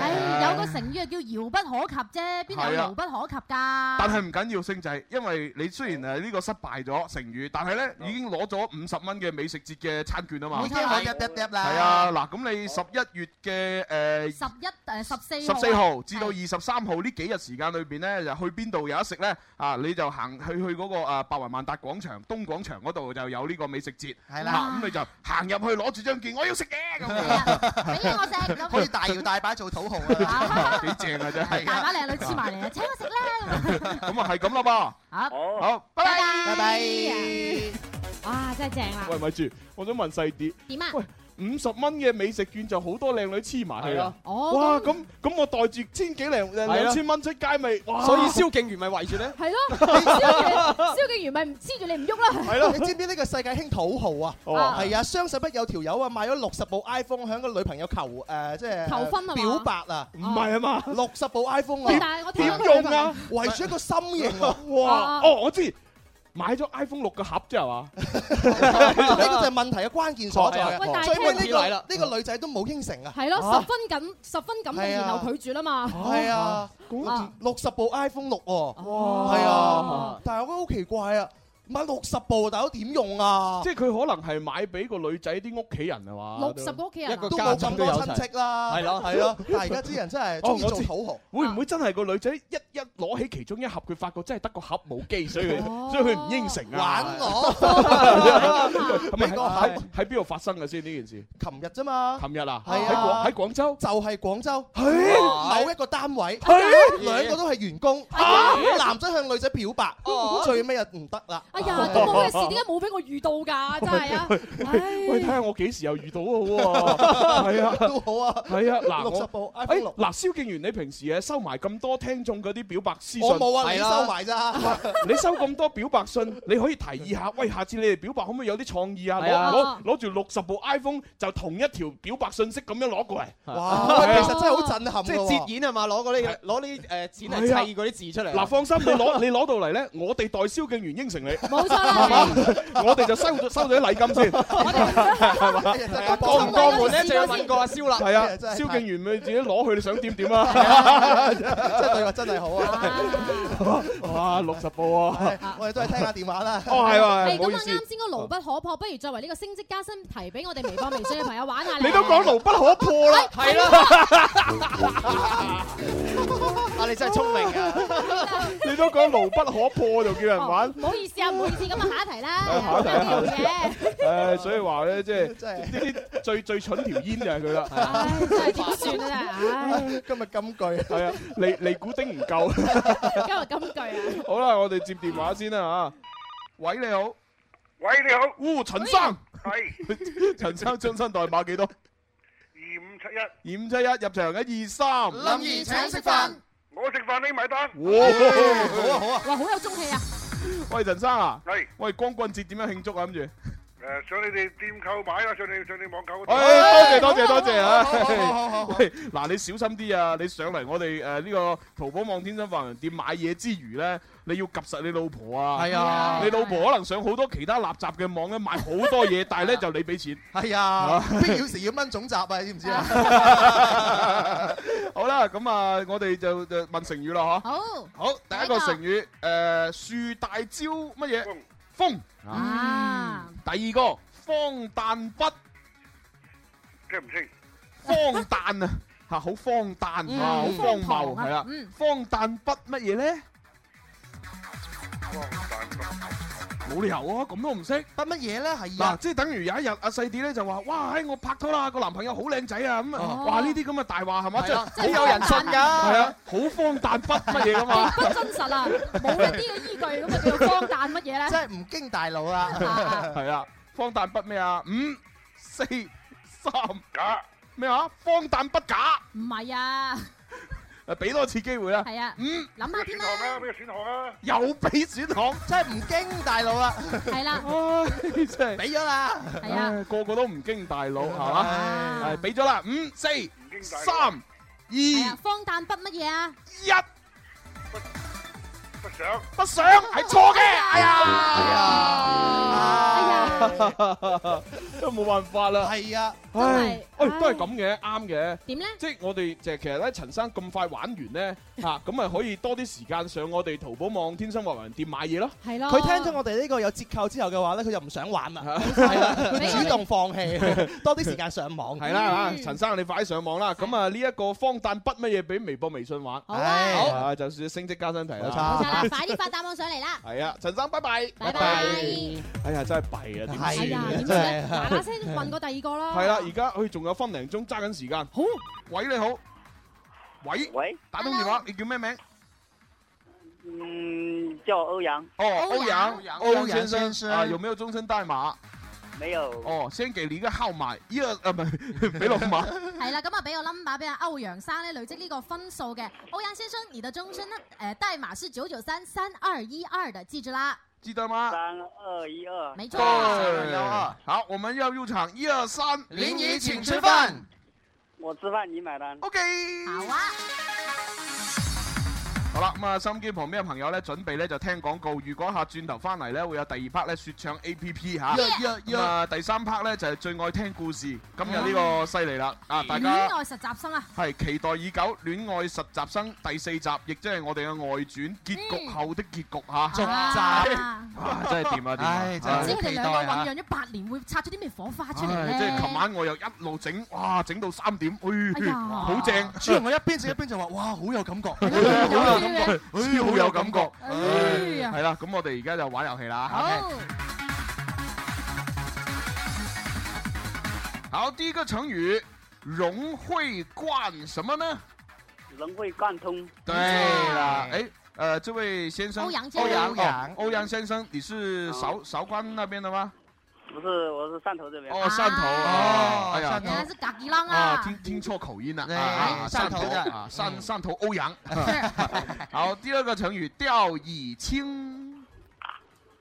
Speaker 7: 唉，有個成語係叫遙不可及啫，邊有遙不可及
Speaker 5: 但
Speaker 7: 㗎？
Speaker 5: 係唔緊要，星仔，因為你雖然呃誒呢個失敗咗成語，但係咧已經攞咗五十蚊嘅美食節嘅餐券啊嘛
Speaker 6: 已。經可以一嗒嗒啦，
Speaker 5: 係啊，，嗱，咁你十一月嘅誒呃
Speaker 7: 十一誒十四
Speaker 5: 十四號至到二
Speaker 7: 係
Speaker 5: 十三號呢幾日時間裏邊呢，就去邊度有得食呢？啊，你就行去去嗰個啊白雲萬達廣場東廣場嗰度就有呢個美食節，
Speaker 6: 係
Speaker 5: 嚇
Speaker 6: 啦，
Speaker 5: 咁你就行入去攞住張券，我要食嘢咁
Speaker 7: 係啊俾我食咁
Speaker 6: 可以
Speaker 7: 樣。
Speaker 6: 大搖大擺做土豪啊，
Speaker 5: 樣， *laughs* 幾正啊真係！
Speaker 7: 大把靚女黐埋嚟啊！請我食啦咁樣。
Speaker 5: 咁啊係咁啦
Speaker 7: 好，
Speaker 5: 噃，好，拜拜。
Speaker 7: 拜
Speaker 6: 拜拜。
Speaker 7: 哇，真係正啦！啊
Speaker 11: 喂咪住，我想問細啲，
Speaker 7: 點啊？
Speaker 11: 喂，
Speaker 5: 五十蚊嘅美食券就好多靚女黐埋去啦。
Speaker 7: 哦，
Speaker 5: 哇！咁咁我袋住千幾零
Speaker 8: 啊
Speaker 5: 兩千蚊出街咪哇！
Speaker 8: 所以蕭敬元咪圍住咧。
Speaker 7: 系
Speaker 5: *laughs*
Speaker 7: 咯，蕭敬蕭敬元咪唔黐住你唔
Speaker 6: *laughs*
Speaker 7: 喐啦。
Speaker 5: 係咯。
Speaker 6: 你知唔知呢個世界興土豪啊？
Speaker 5: 哦
Speaker 6: 係啊，雙十一有條友啊買咗六十部 iPhone 向個女朋友求誒，即係
Speaker 7: 求婚啊嘛
Speaker 6: 表白啊，
Speaker 5: 唔係啊嘛？
Speaker 6: 六十部 iPhone
Speaker 7: 喂
Speaker 6: 啊，
Speaker 7: 但係我聽
Speaker 5: 點
Speaker 7: 到
Speaker 5: 用啊？
Speaker 6: 圍住一個心形啊！
Speaker 5: 哇！
Speaker 7: 啊
Speaker 5: 哦，我知買咗 iPhone 六嘅盒啊啫係嘛？
Speaker 6: *laughs* 呢個就係問題嘅關鍵所在
Speaker 5: 哦
Speaker 6: 啊
Speaker 7: 喂但！係
Speaker 6: 最尾
Speaker 8: 聽落
Speaker 6: 呢個呢個女仔都冇應承啊！
Speaker 7: *laughs* 係
Speaker 8: 哦
Speaker 7: 咯，十分緊，十分感動，
Speaker 6: 係啊
Speaker 7: 然後拒絕啦嘛。
Speaker 6: 係啊，
Speaker 7: 啊
Speaker 6: 六十部 iPhone 六喎，
Speaker 7: 哇
Speaker 6: 係啊，但係我覺得好奇怪啊！買六十部，大佬點用啊
Speaker 5: 即？係佢可能係買俾個女仔啲屋企人係嘛？
Speaker 7: 哦六十個屋企人啊
Speaker 8: 一個
Speaker 6: 都冇咁多親戚啦， *laughs*
Speaker 8: 係咯
Speaker 6: 係咯。但係而家啲人真係中
Speaker 5: 哦
Speaker 6: 意
Speaker 5: 我
Speaker 6: 做
Speaker 5: 知
Speaker 6: 土豪。
Speaker 5: *laughs* 會唔會真係個女仔一一攞起其中一盒，佢發覺真係得個盒冇機，所以
Speaker 7: *laughs* 哦
Speaker 5: 佢所以佢唔應承啊？
Speaker 6: 玩
Speaker 5: *laughs*
Speaker 6: 我，
Speaker 7: *laughs*
Speaker 5: 咁
Speaker 6: 美國
Speaker 5: 啊喺
Speaker 6: 係
Speaker 5: 喺邊度發生嘅先呢件事？
Speaker 6: 琴日啫嘛，
Speaker 5: 琴日啊，
Speaker 6: 係
Speaker 5: 喺
Speaker 6: 啊
Speaker 5: 廣喺廣州。
Speaker 6: 就係廣州
Speaker 8: 哇
Speaker 6: 某一個單位，
Speaker 5: 係
Speaker 6: 兩個都係員工，男仔向女仔表白，最尾又唔得啦。
Speaker 7: 哎呀，咁我嘅事點解冇俾我遇到
Speaker 5: *laughs*
Speaker 7: 㗎？真係啊！
Speaker 5: 喂，睇
Speaker 7: 唉
Speaker 5: 下我幾時又遇到好喎？係啊，
Speaker 6: *laughs* 都好啊，
Speaker 5: 係啊，嗱
Speaker 6: 六十
Speaker 5: 我。
Speaker 6: 部
Speaker 5: 誒
Speaker 6: iPhone 六，
Speaker 5: 嗱，蕭敬元，你平時誒收埋咁多聽眾嗰啲表白私信，
Speaker 6: 我冇啊，
Speaker 8: 係
Speaker 6: 你
Speaker 8: 啦
Speaker 6: 收埋咋？
Speaker 5: *laughs* 你收咁多表白信，你可以提議下，喂，下次你哋表白可唔可以有啲創意啊？
Speaker 8: 係啊
Speaker 5: 攞攞攞住六十部 iPhone 就同一條表白信息咁樣攞過嚟，啊
Speaker 6: 哇，喂其實真係好震撼
Speaker 8: 即
Speaker 6: 㗎
Speaker 8: 係
Speaker 6: 喎
Speaker 8: 折。演啊嘛，攞嗰啲攞啲誒剪嚟
Speaker 9: 啊
Speaker 8: 砌嗰啲字
Speaker 6: 啊
Speaker 8: 出嚟。
Speaker 5: 嗱，放心，你
Speaker 8: *laughs*
Speaker 5: 攞 *laughs* 你攞到嚟咧，我哋代蕭敬元應承你，
Speaker 7: 冇錯啦，
Speaker 5: *laughs* 我哋就收咗收咗啲禮金先，
Speaker 6: 真係幫
Speaker 8: 過唔過門咧，
Speaker 7: 試過
Speaker 8: 就要問過阿蕭啦。
Speaker 5: 係啊，
Speaker 6: 真係
Speaker 5: 蕭敬元咪自己攞去，你想點點啊？
Speaker 6: 即係對話真係好啊！
Speaker 5: *laughs* 哇，六十部啊！
Speaker 6: 係我哋都 *laughs* 係聽下電話啦。
Speaker 5: 哦，係啊，
Speaker 7: 係
Speaker 5: 係唔好
Speaker 7: 咁
Speaker 5: 意
Speaker 7: 啊！
Speaker 5: 思，
Speaker 7: 啱先嗰個牢不可破，不如作為呢個升職加薪題，俾我哋微博、微信嘅朋友玩下
Speaker 5: 你都講牢不可破啦，
Speaker 8: 係啦，啊，你真係聰明啊！
Speaker 5: *laughs*
Speaker 7: *laughs*
Speaker 5: 你都講牢不可破就叫人玩。
Speaker 7: 唔好意思啊，唔好意思，咁啊下一題啦，
Speaker 5: 下一題
Speaker 7: 有啲嘢
Speaker 5: 誒，所以話咧，即係
Speaker 6: 真係
Speaker 5: 呢啲最最蠢條煙就係佢啦。
Speaker 7: 唉，真係點算啊！真係唉，
Speaker 6: 今日金句。
Speaker 5: 係啊，尼尼古丁唔夠。
Speaker 7: 今日金句啊，
Speaker 5: 好啦，我哋接電話先啦
Speaker 10: 喂，你好，
Speaker 13: 喂，你好，
Speaker 5: 嚇。哦，陳生，
Speaker 13: 系
Speaker 5: 陳生張身代碼幾多？二
Speaker 13: 二五七一，
Speaker 5: 五七一入場一二三。
Speaker 8: 林怡請食飯，
Speaker 13: 我食飯你埋單，
Speaker 5: 哇！好啊好啊！
Speaker 7: 哇，好有中氣啊！
Speaker 5: 喂，陳生啊，
Speaker 13: 係
Speaker 5: 喂，光棍節點樣慶祝啊？諗住，
Speaker 13: 诶上你哋店購買啦，上你上你網購嗰度，
Speaker 5: 哎，多謝多謝
Speaker 7: 好
Speaker 5: 多
Speaker 7: 啊
Speaker 5: 謝啊
Speaker 6: 好好好！好好好
Speaker 5: 喂，嗱，你小心啲啊！你上嚟我哋誒呢個淘寶網天生發人店買嘢之餘咧，你要及實你老婆啊！
Speaker 6: 係啊
Speaker 5: 你老婆可能上好多其他垃圾嘅網咧買好多嘢，但係咧就你俾錢。
Speaker 6: 係啊，必要時要掹總集啊，知唔知啊？
Speaker 5: *laughs* 好啦，咁啊，我哋就就問成語啦，嗬。
Speaker 7: 好，
Speaker 5: 好，第一個成語，誒樹大招乜嘢？風。
Speaker 7: 啊，
Speaker 5: 第二個荒誕不
Speaker 13: 聽唔清，
Speaker 5: 荒誕啊，嚇好荒誕啊，好荒謬係啦。
Speaker 7: 嗯，
Speaker 5: 荒誕不乜嘢咧？冇理由啊，咁都唔識。
Speaker 6: 不乜嘢咧？係
Speaker 5: 嗱，
Speaker 6: 啊，
Speaker 5: 即係等於有一日阿細啲咧就話：，哇，唉，我拍拖啦，個男朋友好靚仔啊，咁啊，
Speaker 7: 哦
Speaker 5: 哇，呢啲咁嘅大話係嘛，即係
Speaker 8: 好有人信
Speaker 5: 係
Speaker 8: 㗎。
Speaker 5: 啊，好荒誕不乜嘢噶嘛。
Speaker 7: 不真實啊，冇一啲嘅依據，咁啊叫做荒誕乜嘢咧？
Speaker 6: 真係唔經大腦啦。
Speaker 7: 啊
Speaker 5: 係啊，荒誕不咩啊？五、四、三
Speaker 13: 假
Speaker 5: 咩啊？荒誕不假，
Speaker 7: 唔係啊，
Speaker 5: 誒，俾多次機會啦。
Speaker 7: 係啊，
Speaker 5: 五
Speaker 7: 諗
Speaker 13: 俾個選項
Speaker 7: 下添
Speaker 13: 啦，
Speaker 7: 啦，
Speaker 13: 俾個選項啦，
Speaker 5: 又俾選項，
Speaker 6: 真係唔經大腦啦，
Speaker 7: 係啦，
Speaker 5: 啊 *laughs* 唉，真係。
Speaker 6: 俾咗啦。
Speaker 7: 係啊，
Speaker 5: 唉個個都唔經大腦係嘛？係俾咗啦，五、四、
Speaker 13: 唔經大腦
Speaker 5: 三、 *laughs* 二、
Speaker 7: 係啊
Speaker 5: 一，，
Speaker 7: 荒誕不乜嘢啊？
Speaker 13: 不想，
Speaker 5: 不想係錯嘅，哎呀，
Speaker 7: 哎呀，
Speaker 5: 都冇辦法啦。
Speaker 6: 係啊，
Speaker 7: 真係
Speaker 5: 喂，都係咁嘅，啱嘅。
Speaker 7: 點咧？
Speaker 5: 即係我哋就係其實咧，陳生咁快玩完
Speaker 7: *laughs*
Speaker 5: 咧，嚇咁咪可以多啲時間上我哋淘寶網天生華人店買嘢咯。
Speaker 7: 係咯，
Speaker 6: 佢聽咗我哋呢個有折扣之後嘅話咧，佢就唔想玩
Speaker 5: *laughs*
Speaker 6: 啦，
Speaker 7: 係啦，
Speaker 6: 佢主動放棄，多啲時間上網。
Speaker 5: 係啦
Speaker 7: 嗯
Speaker 5: 嚇，陳生你快啲上網啦。咁啊呢一個荒誕筆乜嘢俾微博、微信玩，
Speaker 7: 好啊，
Speaker 6: 好
Speaker 5: 啊就算升職加薪題
Speaker 6: 冇
Speaker 5: 啦。
Speaker 7: 好
Speaker 6: 錯。
Speaker 7: 啦，快啲發答案上嚟啦，
Speaker 5: 係啊，陳生拜拜。
Speaker 7: 拜拜。
Speaker 5: 哎呀，真係弊啊，點
Speaker 7: 哎
Speaker 5: 算
Speaker 7: 呀，
Speaker 5: 啊？
Speaker 7: 點算咧？嗱嗱聲問過第二個啦。
Speaker 5: 係啦，而家佢仲有分零鐘，揸緊時間。好，喂你好，喂，
Speaker 14: 喂，
Speaker 5: 打通電話，你叫咩名？
Speaker 14: 嗯，叫我欧阳，
Speaker 5: 哦，
Speaker 7: 歐
Speaker 5: 歐
Speaker 7: 陽
Speaker 5: 哦陽，歐
Speaker 6: 歐
Speaker 5: 陽
Speaker 6: 陽
Speaker 5: 先
Speaker 6: 先
Speaker 5: 生
Speaker 6: 生
Speaker 5: 啊，有沒有終身代碼？
Speaker 1: 没有。
Speaker 5: 哦，先给你一个号码，一 *laughs* 二呃不是，没有吗？
Speaker 7: 系啦，咁啊，俾個 number 俾阿歐陽生咧，累積呢個分數嘅。歐陽先生，你的終身呢 *laughs* 呃代碼是九九三三二一二的，記住啦。
Speaker 5: 记得吗？
Speaker 1: 三二一二，
Speaker 7: 没错。
Speaker 5: 对，
Speaker 1: 啊
Speaker 5: 哎好，我们要入场，一二三，
Speaker 1: 林
Speaker 7: 姨
Speaker 1: 请吃饭。我吃饭你买单。
Speaker 5: OK。
Speaker 7: 好啊。
Speaker 5: 好啦，咁啊，心機旁邊嘅朋友咧，準備咧就聽廣告。如果下轉頭翻嚟咧，會有第二 part 咧説唱 A P P 嚇。
Speaker 7: Yeah, yeah,
Speaker 5: 咁啊，第三 part 咧就係最愛聽故事。今日呢個犀利啦，啊，大
Speaker 7: 戀
Speaker 5: 家。
Speaker 7: 愛實習生啊，
Speaker 5: 係期待已久，《戀愛實習生》第四集，亦即係我哋嘅外傳結局後的結局嚇，
Speaker 7: 續集
Speaker 5: 哇真係掂啊掂啊！
Speaker 6: 唉真係
Speaker 7: 唔知佢哋兩個
Speaker 5: 啊
Speaker 7: 醖釀咗八年，會擦出啲咩火花出嚟
Speaker 5: 唉
Speaker 7: 咧？
Speaker 5: 即係琴晚我又一路整，哇，整到三點，
Speaker 7: 哎
Speaker 5: 哎
Speaker 7: 呀，
Speaker 5: 好正！
Speaker 6: 主要我一邊食一邊就話：哇，好有
Speaker 5: *laughs*
Speaker 6: 感覺，好
Speaker 5: 好有
Speaker 6: 有
Speaker 5: 感覺，超好有感覺，唉係啦。咁我哋而家就玩遊戲啦。
Speaker 7: 好，
Speaker 1: Ừ.
Speaker 5: 好，第一個成語“融會貫”什麼呢？
Speaker 1: 融会贯通。
Speaker 5: 对啦，哎，呃，这位先生，
Speaker 1: 欧阳先生
Speaker 5: 欧
Speaker 1: 欧阳
Speaker 5: 阳，欧阳先生，你是韶韶关那边的吗？
Speaker 1: 不是，我是汕头这边。
Speaker 5: 哦，汕头，哦，哎呀
Speaker 7: 原，來是格爾郎
Speaker 5: 啊，
Speaker 7: 啊，
Speaker 5: 听听错口音了，
Speaker 6: 哎
Speaker 5: 啊，
Speaker 6: 汕
Speaker 5: 汕
Speaker 6: 头
Speaker 5: 头
Speaker 6: 的
Speaker 5: 啊，汕汕头欧阳。好，第二个成语掉以轻，
Speaker 1: 再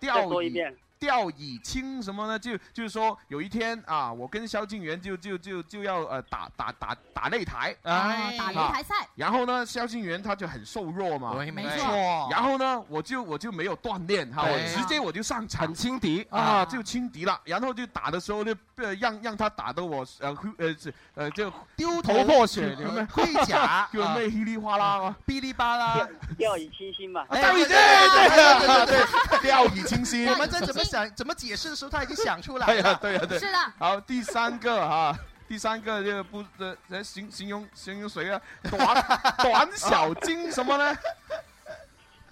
Speaker 5: 掉
Speaker 1: 说一
Speaker 5: 以
Speaker 1: 遍。
Speaker 5: 掉以轻什么呢？就就是说有一天啊，我跟萧敬元就就就就要呃打打打打擂台，
Speaker 7: 啊打擂台赛
Speaker 5: 啊然后呢，萧敬元他就很瘦弱嘛，
Speaker 6: 对没
Speaker 5: 哎
Speaker 6: 错
Speaker 5: 然后呢，我就我就没有锻炼哈，我
Speaker 6: 对
Speaker 5: 直接我就上场轻敌啊，就轻敌了。然后就打的时候就呃让让他打得我呃呼呃是呃就
Speaker 6: 丢
Speaker 5: 头
Speaker 6: 头
Speaker 5: 破血
Speaker 6: 流
Speaker 5: 流 *laughs* 咩
Speaker 6: 盔甲
Speaker 5: 有咩
Speaker 6: 啊
Speaker 5: 稀里哗啦啊，
Speaker 6: 哔哩吧啦。
Speaker 1: 掉以轻心吧。
Speaker 5: 掉以对
Speaker 6: 对
Speaker 5: 对对
Speaker 6: 对
Speaker 5: 对掉以轻心
Speaker 6: 我们在怎么想、怎么解释的时候，他已经想出来
Speaker 5: 对哎呀
Speaker 6: 了。
Speaker 5: 对呀对，
Speaker 7: 是的
Speaker 5: 好，第三个哈。第三个就不呃呃形形容形容谁啊？短 *laughs* 短小精什么 *laughs* 呢？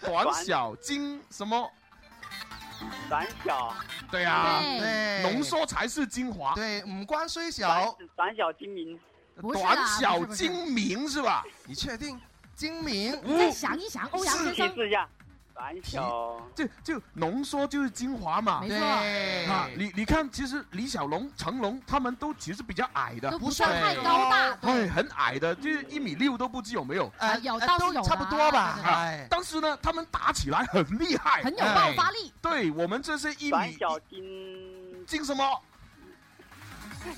Speaker 5: 短小精什么？
Speaker 1: 胆小。
Speaker 5: 对呀，
Speaker 6: 对
Speaker 5: 浓缩才是精华。
Speaker 6: 对，五官虽小，
Speaker 1: 胆小精明。
Speaker 7: 不是啦
Speaker 5: 呃短小精明是
Speaker 7: *laughs*
Speaker 5: 吧？
Speaker 6: 你确定？精明，
Speaker 7: 你再想一想，歐陽先
Speaker 1: 提
Speaker 7: 生，
Speaker 1: 示一下，胆小。
Speaker 5: 就就浓缩就是精华嘛。
Speaker 7: 没错对
Speaker 5: 啊，你你看，其实李小龙、成龙他们都其实比较矮的，
Speaker 7: 都不算太高大
Speaker 5: 对，哎很矮的，就是一米六都不知有没有。
Speaker 7: 啊
Speaker 6: 呃，
Speaker 7: 有
Speaker 6: 呃
Speaker 7: 倒
Speaker 6: 都
Speaker 7: 是有
Speaker 6: 差不
Speaker 7: 的
Speaker 6: 多吧
Speaker 7: 对。对对
Speaker 6: 哎，
Speaker 5: 但啊是呢，他们打起来很厉害，哎
Speaker 7: 很有爆发力，
Speaker 5: 对我们这是一
Speaker 1: 胆
Speaker 5: 米
Speaker 1: 小精，
Speaker 5: 进什么？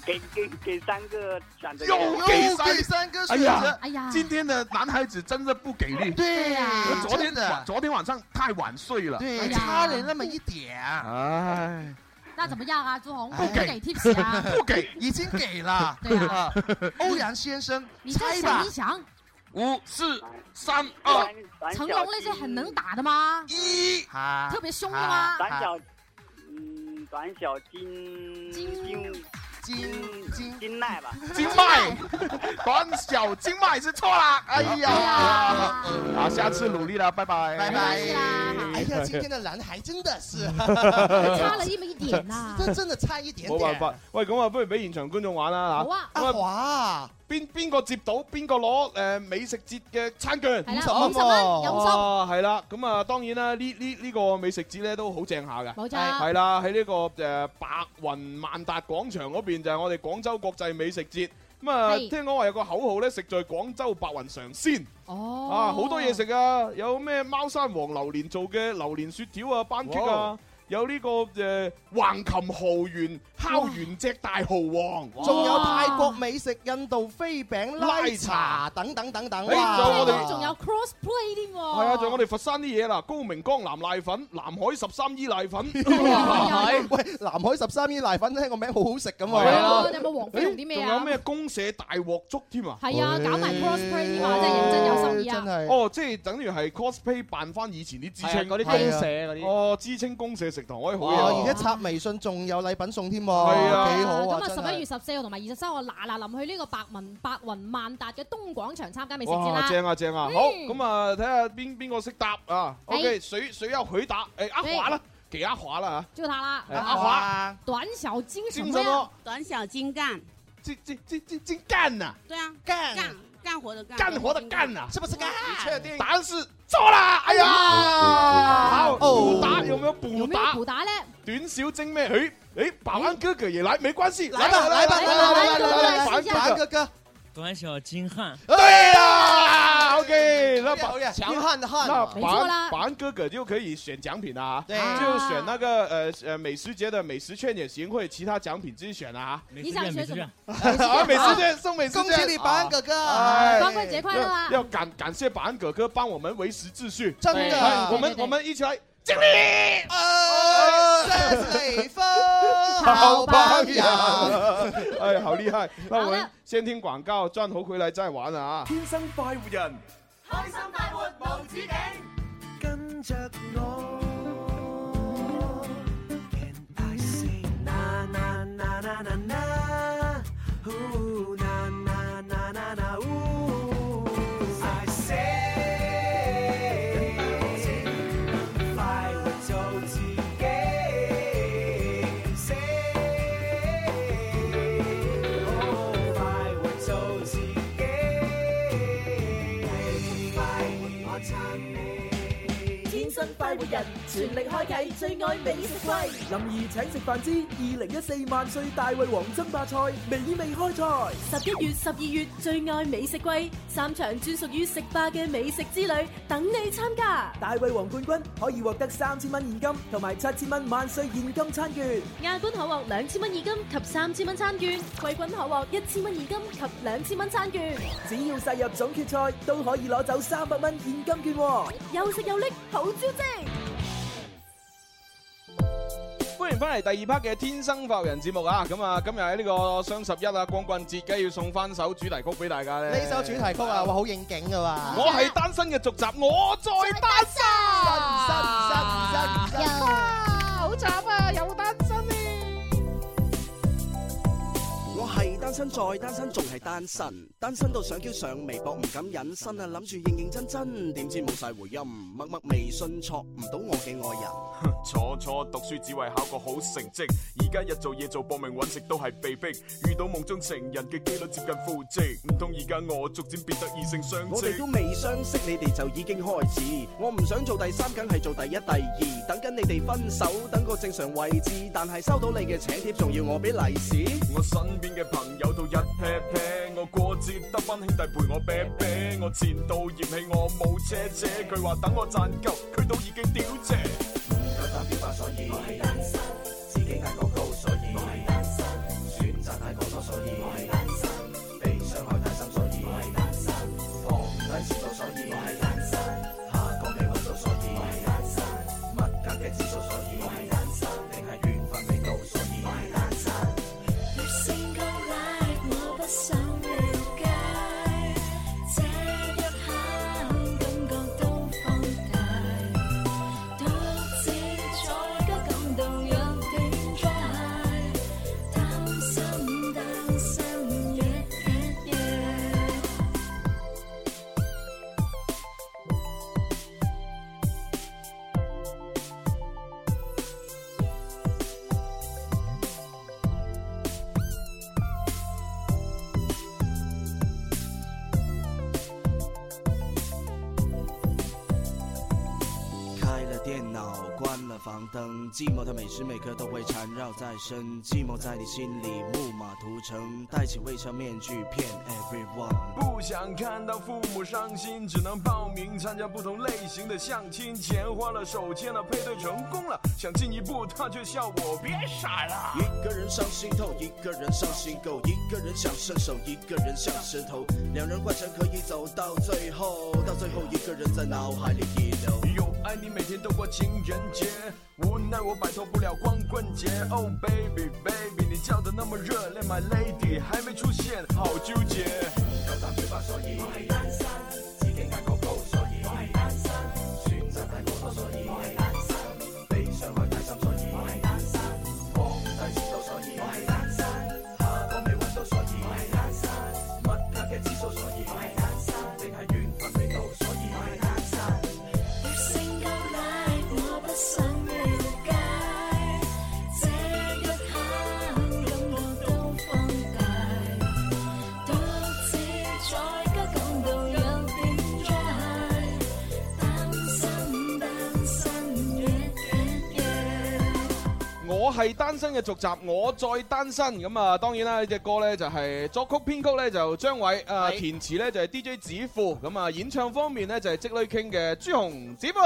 Speaker 1: 给给给三个选择。
Speaker 5: 又给
Speaker 6: 又
Speaker 5: 三
Speaker 6: 给三个
Speaker 5: 哎
Speaker 6: 选择
Speaker 5: 呀，
Speaker 7: 哎呀，
Speaker 5: 今天的男孩子真的不给力。
Speaker 6: 对
Speaker 7: 呀
Speaker 5: 我昨天
Speaker 6: 真的
Speaker 5: 晚昨天晚上太晚睡了。
Speaker 7: 哎
Speaker 6: 对，
Speaker 7: 呀
Speaker 6: 差了那么一点，
Speaker 5: 哎，
Speaker 7: 那怎么樣啊，朱紅？
Speaker 6: 哎
Speaker 7: 不給 tips 啊？。
Speaker 5: *laughs* 不给
Speaker 6: 已经给了
Speaker 7: 对呀
Speaker 6: 啊，欧阳先生，
Speaker 7: 你再
Speaker 6: 猜
Speaker 7: 想
Speaker 6: 吧
Speaker 7: 一，想，
Speaker 5: 五四三二
Speaker 1: 胆胆
Speaker 7: 成
Speaker 1: 小
Speaker 7: 龍那些很能打的吗？
Speaker 5: 一，
Speaker 6: 啊
Speaker 7: 特别凶的吗？
Speaker 1: 胆小，嗯，胆小精
Speaker 7: 精
Speaker 1: 精
Speaker 6: 金金
Speaker 1: 精耐吧。
Speaker 5: 经脉，短小经脉是错啦。哎
Speaker 6: 哎
Speaker 7: 哎
Speaker 6: 呀，
Speaker 7: 呀，
Speaker 5: 好，下次努力了，拜拜。
Speaker 6: 拜
Speaker 7: 没
Speaker 6: 拜
Speaker 7: 关系啦，
Speaker 6: 哎呀，今天的男孩真的是，
Speaker 11: 差了一米一点呐、
Speaker 6: 这真的差一点
Speaker 15: 冇辦
Speaker 6: 点。
Speaker 15: 法，喂，咁啊，不如俾現場觀眾玩啦
Speaker 7: 好啊
Speaker 15: 嚇。
Speaker 6: 阿
Speaker 15: 咁啊，
Speaker 6: 華，
Speaker 15: 邊邊個接到，邊個攞誒美食節嘅餐券？
Speaker 11: 係啦，
Speaker 6: 50蚊
Speaker 11: 五十蚊有送，
Speaker 15: 哦，係啦，咁啊，當然啦，呢呢呢個美食節咧都好正下嘅。
Speaker 11: 冇
Speaker 15: 系
Speaker 11: 錯，
Speaker 15: 啦，喺呢個誒白雲萬達廣場嗰邊就係我哋廣州國際美食節。咁啊，
Speaker 11: 係
Speaker 15: 聽講話有個口號咧，食在廣州白雲嘗鮮
Speaker 7: 哦，
Speaker 15: 啊，好多嘢食啊，有咩貓山王榴蓮做嘅榴蓮雪條啊、斑竹啊
Speaker 5: 哇，
Speaker 15: 有呢個誒橫琴蠔園烤原隻大蠔王。
Speaker 6: 仲有泰國美食、印度飛餅、拉茶等等等等。啊
Speaker 15: 哎
Speaker 6: 哇
Speaker 7: 哦
Speaker 15: 仲有
Speaker 5: 哦
Speaker 15: 我哋
Speaker 11: 仲有 cross play 添喎，
Speaker 15: 係
Speaker 11: 係
Speaker 15: 啊，仲有我哋佛山啲嘢啦，高明江南瀨粉、南海十三姨瀨粉。
Speaker 6: 喂，南海十三姨奶粉聽個名好好食咁
Speaker 15: 係
Speaker 6: 喎
Speaker 15: 啊。
Speaker 11: 係啊，你有冇黃飛
Speaker 15: 誒
Speaker 11: 鴻啲咩
Speaker 15: 仲有
Speaker 11: 啊？
Speaker 15: 咩公社大鑊粥添啊？
Speaker 11: 係啊，搞埋 cross play 添啊，
Speaker 15: 哎
Speaker 11: 真係認真有心意啊！
Speaker 6: 真係。
Speaker 15: 哦，即係等於係 cosplay 扮翻以前啲知青
Speaker 16: 嗰啲
Speaker 6: 係啊
Speaker 16: 公社嗰啲。
Speaker 15: 哦，知青公社食堂可以好嘢
Speaker 6: 哦，
Speaker 15: 喎。
Speaker 6: 而且插微信仲有禮品送添喎，
Speaker 15: 係啊
Speaker 6: 幾好啊！
Speaker 11: 咁
Speaker 6: 真
Speaker 11: 啊，十一月
Speaker 6: 係
Speaker 11: 十四號同埋二十三號嗱嗱臨去呢個白雲白雲萬達嘅東廣場參加美食節
Speaker 15: 哇，
Speaker 11: 啦。
Speaker 15: 正啊正啊！
Speaker 11: 嗯哎
Speaker 15: 好，咁啊睇下邊邊個識答啊？OK，水水友佢答，誒阿華啦，幾阿華啦啊
Speaker 11: 就他啦，
Speaker 15: 嚇，哎阿華，
Speaker 6: 啊，
Speaker 11: 短小精什
Speaker 15: 精
Speaker 11: 麼
Speaker 15: 神
Speaker 11: 呀？
Speaker 15: 咯，
Speaker 17: 短小精干，
Speaker 15: 精精精精精幹啊，
Speaker 17: 对啊，
Speaker 6: 干
Speaker 17: 干干活的干，
Speaker 15: 幹活的幹啊，
Speaker 6: 是不是干？
Speaker 15: 答案是錯啦！哎呀，好，
Speaker 6: 哦
Speaker 15: 補打有沒有
Speaker 11: 有
Speaker 15: 補
Speaker 11: 沒有
Speaker 15: 打？
Speaker 11: 補打呢？
Speaker 5: 短小精咩？诶诶，把玩哥哥也来，没关系，
Speaker 6: 来吧来吧来吧来吧来吧来吧
Speaker 5: 玩
Speaker 6: 玩
Speaker 5: 哥
Speaker 6: 哥哥。
Speaker 18: 短小精悍。
Speaker 5: 对呀，OK，那
Speaker 8: 哎
Speaker 6: 好
Speaker 5: 把
Speaker 6: 耶强悍的悍
Speaker 5: 那
Speaker 6: 没错
Speaker 5: 把
Speaker 6: 啦
Speaker 5: 把安哥哥就可以选奖品啦啊，
Speaker 6: 对
Speaker 5: 就选那个呃呃美食节的美食券也行，或者其他奖品自己选啊。
Speaker 7: 你想选什么？
Speaker 5: 啊，美食券送美食券，
Speaker 6: 恭喜你保安哥哥
Speaker 5: 哎
Speaker 7: 光棍节快乐啊
Speaker 5: 要要感感谢保安哥哥帮我们维持秩序，
Speaker 6: 真的
Speaker 5: 哎我
Speaker 6: 对对
Speaker 5: 们
Speaker 6: 对
Speaker 5: 我们一起来敬礼。
Speaker 6: 随风
Speaker 5: 好
Speaker 6: 好
Speaker 5: 榜
Speaker 6: 榜
Speaker 5: 样
Speaker 6: 样。，
Speaker 5: 哎，好厉害！那我们先听广告，转头回来再玩啊！天生快活人，
Speaker 2: 开心快活无止境，跟着我。And I say na na na na na na, ooh na na na na na ooh. I say 快活做自己，say 哦快活做自己，快活我撐你。天生快活人，全力開啟最愛美食季。林怡請食飯之二零一四萬歲大胃王爭霸賽美味開賽。
Speaker 3: 十一月、十二月最愛美食季，三場專屬於食霸嘅美食之旅等你參加。
Speaker 2: 大胃王冠軍可以獲得三千蚊現金同埋七千蚊萬歲現金餐券。
Speaker 3: 亞軍可獲兩千蚊現金及三千蚊餐券，季軍可獲一千蚊現金及兩千蚊餐券。
Speaker 2: 只要殺入總決賽，都可以攞走三百蚊現金券喎。
Speaker 3: 又食又拎，好招積！
Speaker 5: 欢迎翻嚟第二 part 嘅《天生浮人》節目啊！咁啊，今日喺呢個雙十一啊，光棍節，梗係要送翻首主題曲俾大家咧。
Speaker 6: 呢首主題曲啊，哇，好應景噶哇！
Speaker 5: 我係單身嘅續集，我再單身。
Speaker 2: 好慘啊，有單身咧。
Speaker 9: 我係單身再單身，仲係單身，單身到想 Q 上微博唔敢隱身啊，諗住認認真真，點知冇晒回音，默默微信錯唔到我嘅愛人。
Speaker 19: *laughs* 初初讀書只為考個好成績，而家日做夜做搏命揾食都係被逼，遇到夢中情人嘅機率接近負值，唔通而家我逐漸變得異性相
Speaker 9: 我哋都
Speaker 19: 斥？
Speaker 9: 未相識，你哋就已經開始。我唔想做第三，梗係做第一、第二。等緊你哋分手，等個正常位置。但係收到你嘅請帖，仲要我俾利是。
Speaker 19: 我身邊嘅朋友都一 pair pair，我過節得翻兄弟陪我啤啤，我前度嫌棄我冇車車，佢話等我賺夠，佢都已經屌謝。
Speaker 9: 夠膽表白，所以我係單身。自己眼光高，所以我係單身。選擇太過多，所以我係單身。被傷害太深，所以我係單身。旁觀少數，所以我係單身。下個未揾到，所以我係單身。物價嘅指數，所以我係單身。定係緣分未到，所以我係單身。
Speaker 1: You've seen go light，我不想了解，這一刻感覺都放大，獨自在家感到有點 dry，擔心單身日日夜。
Speaker 9: 开了电脑，关了房灯，寂寞它每时每刻都会缠绕在身，寂寞在你心里木马屠城，戴起微笑面具骗 everyone。
Speaker 19: 不想看到父母伤心，只能报名参加不同类型的相亲。钱花了，手牵了，配对成功了，想进一步，他却笑我别傻了。
Speaker 9: 一个人伤心透，一个人伤心够，一个人想伸手，一个人像石头，两人换成可以走到最后，到最后一个人在脑海里遗留。
Speaker 19: 有爱你每天都过情人节，无奈我摆脱不了光棍节。Oh baby baby，你叫的那么热烈，My lady 还没出现，好纠结。
Speaker 9: 夠膽表白，所以我係單身；自己眼光高，所以我係單身；選擇太過多，所以我係單身；被傷害太深，所以我係單身；放低指數，所以我係單身；下個未揾到，所以我係單身；物價嘅指數，所以我係單身；定係緣分未到，所以我係單身。
Speaker 1: 越性夠奶，我不想了解，這一刻感覺都放大，獨自在家感到有
Speaker 5: 我係單身嘅續集，我再單身咁啊！當然啦，呢只歌呢就係作曲編曲呢就張偉，啊填詞呢就係 DJ 子富，咁啊演唱方面呢就係積女傾嘅朱紅子富，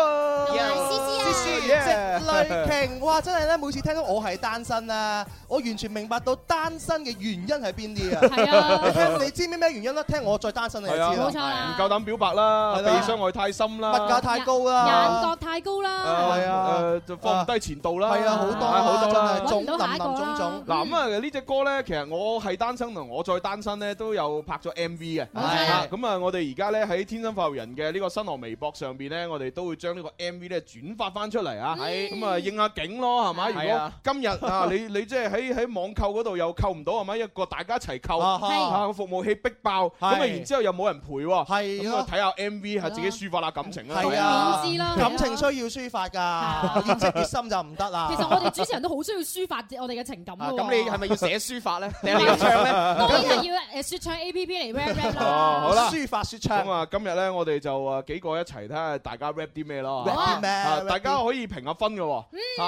Speaker 6: 即係類平，哇！真係咧，每次聽到我係單身啊，我完全明白到單身嘅原因係邊啲啊！
Speaker 5: 係啊
Speaker 6: 你聽你知唔知咩原因咧？聽我再單身你就知
Speaker 5: 係啊，
Speaker 6: 啦。
Speaker 5: 唔夠膽表白啦，被傷害太深啦，
Speaker 6: 物價太高啦
Speaker 7: 眼啊
Speaker 11: 哦
Speaker 7: 角太高啦，
Speaker 5: 係啊，誒就放唔低前度啦，
Speaker 6: 係啊好多啦
Speaker 5: 係好多啦
Speaker 6: 真係，
Speaker 7: 揾唔到下一個啦種林林種
Speaker 5: 嗱咁啊，呢只歌咧，其實我係單身啊同我再單身咧，都有拍咗 MV 嘅。啊咁啊，我哋而家咧喺天生發育人嘅呢個新浪微博上邊咧，我哋都會將呢個 MV 咧轉發翻出嚟啊。
Speaker 8: 係
Speaker 5: 咁啊，應下景咯，係咪？如
Speaker 8: 係
Speaker 5: 果
Speaker 8: 啊
Speaker 5: 今日啊，你你即係喺喺網購嗰度又購唔到係咪？一個大家一齊購
Speaker 8: 啊哈
Speaker 5: 啊，個服務器逼爆，咁啊，
Speaker 8: 係
Speaker 5: 然之後又冇人陪喎。係咁啊
Speaker 6: 咯，
Speaker 5: 睇下 MV 係自己抒發下感情啦。
Speaker 6: 係啊，感情
Speaker 5: 係啊
Speaker 6: 需要抒發㗎，掩飾越深就唔得啦。
Speaker 7: 其實我哋主持人都好需要抒發我哋嘅情感
Speaker 6: 啊
Speaker 7: 㗎喎
Speaker 8: 咁你係咪要寫書法咧？定係你要唱咧？
Speaker 7: *laughs* 當然係要誒説唱 A P P 嚟 rap rap 啦。
Speaker 5: 哦好啦，
Speaker 6: 抒發説
Speaker 5: 唱。咁啊，今日咧我哋就啊幾個一齊睇下大家 rap 啲咩咯。
Speaker 6: rap 啲咩
Speaker 5: 啊
Speaker 6: rap 啲嗯
Speaker 5: 大家可以評下分嘅喎。啊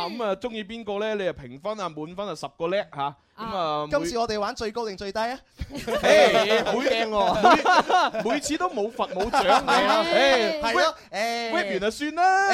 Speaker 5: 咁啊，中意邊個咧？你啊評分啊，滿分啊十個叻嚇。咁啊，
Speaker 6: 今
Speaker 5: *laughs*
Speaker 6: 次我 *laughs* 哋玩最高定最低啊？
Speaker 5: 誒好驚喎，
Speaker 6: *laughs*
Speaker 5: 每每次都冇罰冇獎嘅。誒
Speaker 6: 哎係咯，誒
Speaker 5: rap 完就算啦。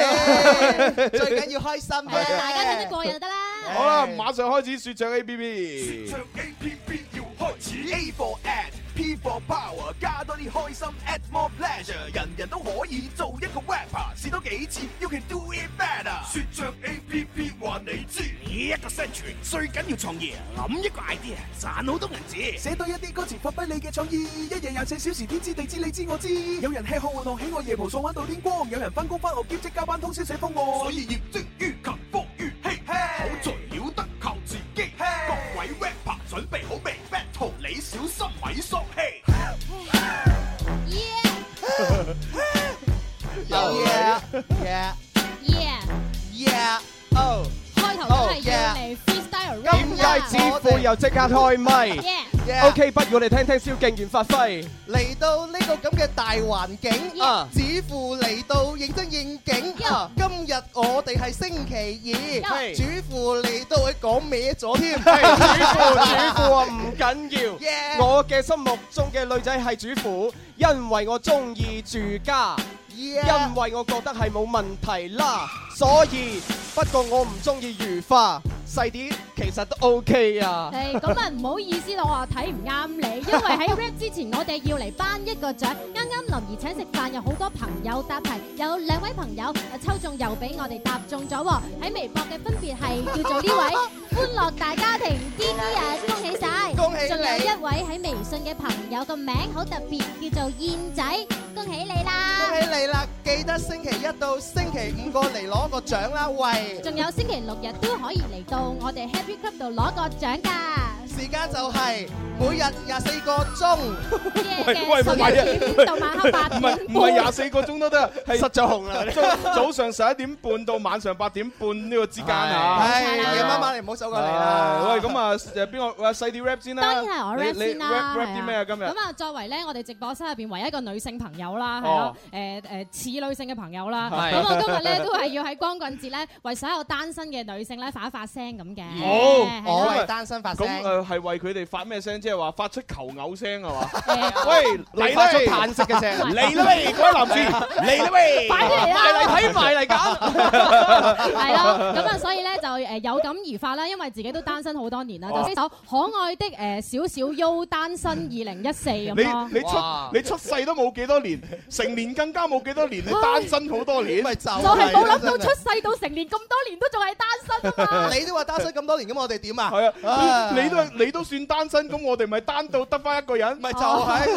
Speaker 5: *laughs*
Speaker 6: 最緊要開心嘅，大
Speaker 7: 家睇得過癮就得啦。
Speaker 5: 好啦，馬上開始説唱 A P P。
Speaker 11: A for ad, P for power，加多啲開心，add more pleasure，人人都可以做一個 rapper，試多幾次，you can do it better。説唱 A P P 話你知，一個生存最緊要創意，諗一個 idea，賺好多銀紙。
Speaker 2: 寫到一啲歌詞，發揮你嘅創意。一日廿四小時，天知地知，你知我知。有人吃喝玩樂，喜愛夜蒲，爽玩到天光。有人翻工翻學，兼職加班，通宵寫方案。所以業績於勤，福於嬉。好在了得靠自己。各位 rapper 準備好未？Battle 你小心咪索氣。
Speaker 6: Yeah yeah
Speaker 7: yeah
Speaker 6: yeah oh，
Speaker 7: 開頭都係要嚟 freestyle rap
Speaker 8: 今
Speaker 7: 啦
Speaker 8: 日致富又即刻開咪
Speaker 6: Yeah
Speaker 8: ，OK，不如我哋聽聽蕭敬元發揮。
Speaker 6: 嚟到呢個咁嘅大環境，
Speaker 8: 啊
Speaker 6: 只乎嚟到認真應景。啊今日我哋係星期二，
Speaker 8: 係
Speaker 6: 主乎嚟到佢講歪咗添。主 *laughs*
Speaker 8: 係主婦，主婦啊唔緊
Speaker 6: Yeah
Speaker 8: 要。我嘅心目中嘅女仔係主婦，因為我中意住家。
Speaker 6: Yeah
Speaker 8: 因為我覺得係冇問題啦，所以不過我唔中意如花細啲，其實都 OK 啊。
Speaker 7: 誒咁啊，唔好意思啦，我話睇唔啱你，因為喺 rap 之前，我哋要嚟頒一個獎。啱啱林兒請食飯，有好多朋友答題，有兩位朋友啊抽中又俾我哋答中咗喎。喺微博嘅分別係叫做呢位歡樂大家庭 D D 啊，恭喜晒！
Speaker 6: 恭喜你
Speaker 7: 仲有一位喺微信嘅朋友個名好特別，叫做燕仔，恭喜你啦！
Speaker 6: 恭喜你啦！記得星期一到星期五過嚟攞個獎啦，喂！
Speaker 7: 仲有星期六日都可以嚟到我哋 Happy Club 度攞個獎㗎。
Speaker 6: 時間就係每日廿四個鐘。
Speaker 5: *laughs* 喂喂，唔係啊，唔係唔係廿四個鐘都得，係
Speaker 8: 失咗控啦你
Speaker 5: 早早上十一點半到晚上八點半呢個之間啊，
Speaker 6: 係夜晚晚你唔好走過嚟啦。
Speaker 5: 唉喂，咁啊，誒邊個誒細啲 rap 先啦？
Speaker 7: 當然係我 rap
Speaker 5: 你你
Speaker 7: 先啦
Speaker 5: rap rap 啲咩啊？今日
Speaker 7: 咁啊，作為咧我哋直播室入邊唯一一個女性朋友啦，係
Speaker 5: 哦
Speaker 7: 咯，誒誒似女性嘅朋
Speaker 5: *laughs*
Speaker 7: 友啦。
Speaker 5: 係
Speaker 7: 咁我今日咧都係要喺光棍節咧，為所有單身嘅女性咧發一發聲咁嘅。啊係咯
Speaker 6: 為單身發聲
Speaker 5: 哦咁誒係為佢哋發咩聲？即係話發出求偶聲係嘛？
Speaker 8: 你
Speaker 5: 喂，嚟啦
Speaker 8: 發出
Speaker 5: 喂
Speaker 8: 嘆息嘅聲
Speaker 5: 嚟啦喂，各位
Speaker 7: *laughs*
Speaker 5: 男士，嚟啦喂，
Speaker 7: 快啲嚟啦
Speaker 8: 埋嚟睇埋嚟揀。
Speaker 7: 係咯，咁啊，所以咧就誒有感而發啦，因為自己都單身好多年啦，就
Speaker 5: 哇
Speaker 7: 呢首可愛的誒小小 U 單身二零一四咁咯。
Speaker 5: 你你出你出世都冇幾多 *laughs* 年，成年更加冇幾多年，你單身好多年，咪
Speaker 6: 就啊
Speaker 7: 就係冇諗到出世到成年咁多年都仲係單身啊
Speaker 6: *laughs*
Speaker 7: 嘛！
Speaker 6: 你都話單身咁多年，咁我哋點啊？
Speaker 5: 係啊，你都你都算單身，咁我哋咪單到得翻一個人，咪
Speaker 6: 就係真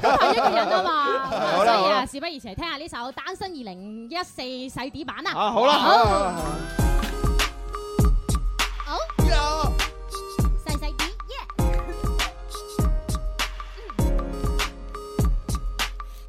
Speaker 7: 係都係一個人啊嘛，咁
Speaker 5: 好啦
Speaker 7: 啊所以
Speaker 5: 好
Speaker 7: 啊，
Speaker 5: 啦
Speaker 7: 事不宜遲，聽下呢首《單身二零一四細碟版》啊。
Speaker 5: 啊好啦，好啦好啦好啦
Speaker 7: 好，細細碟，yeah。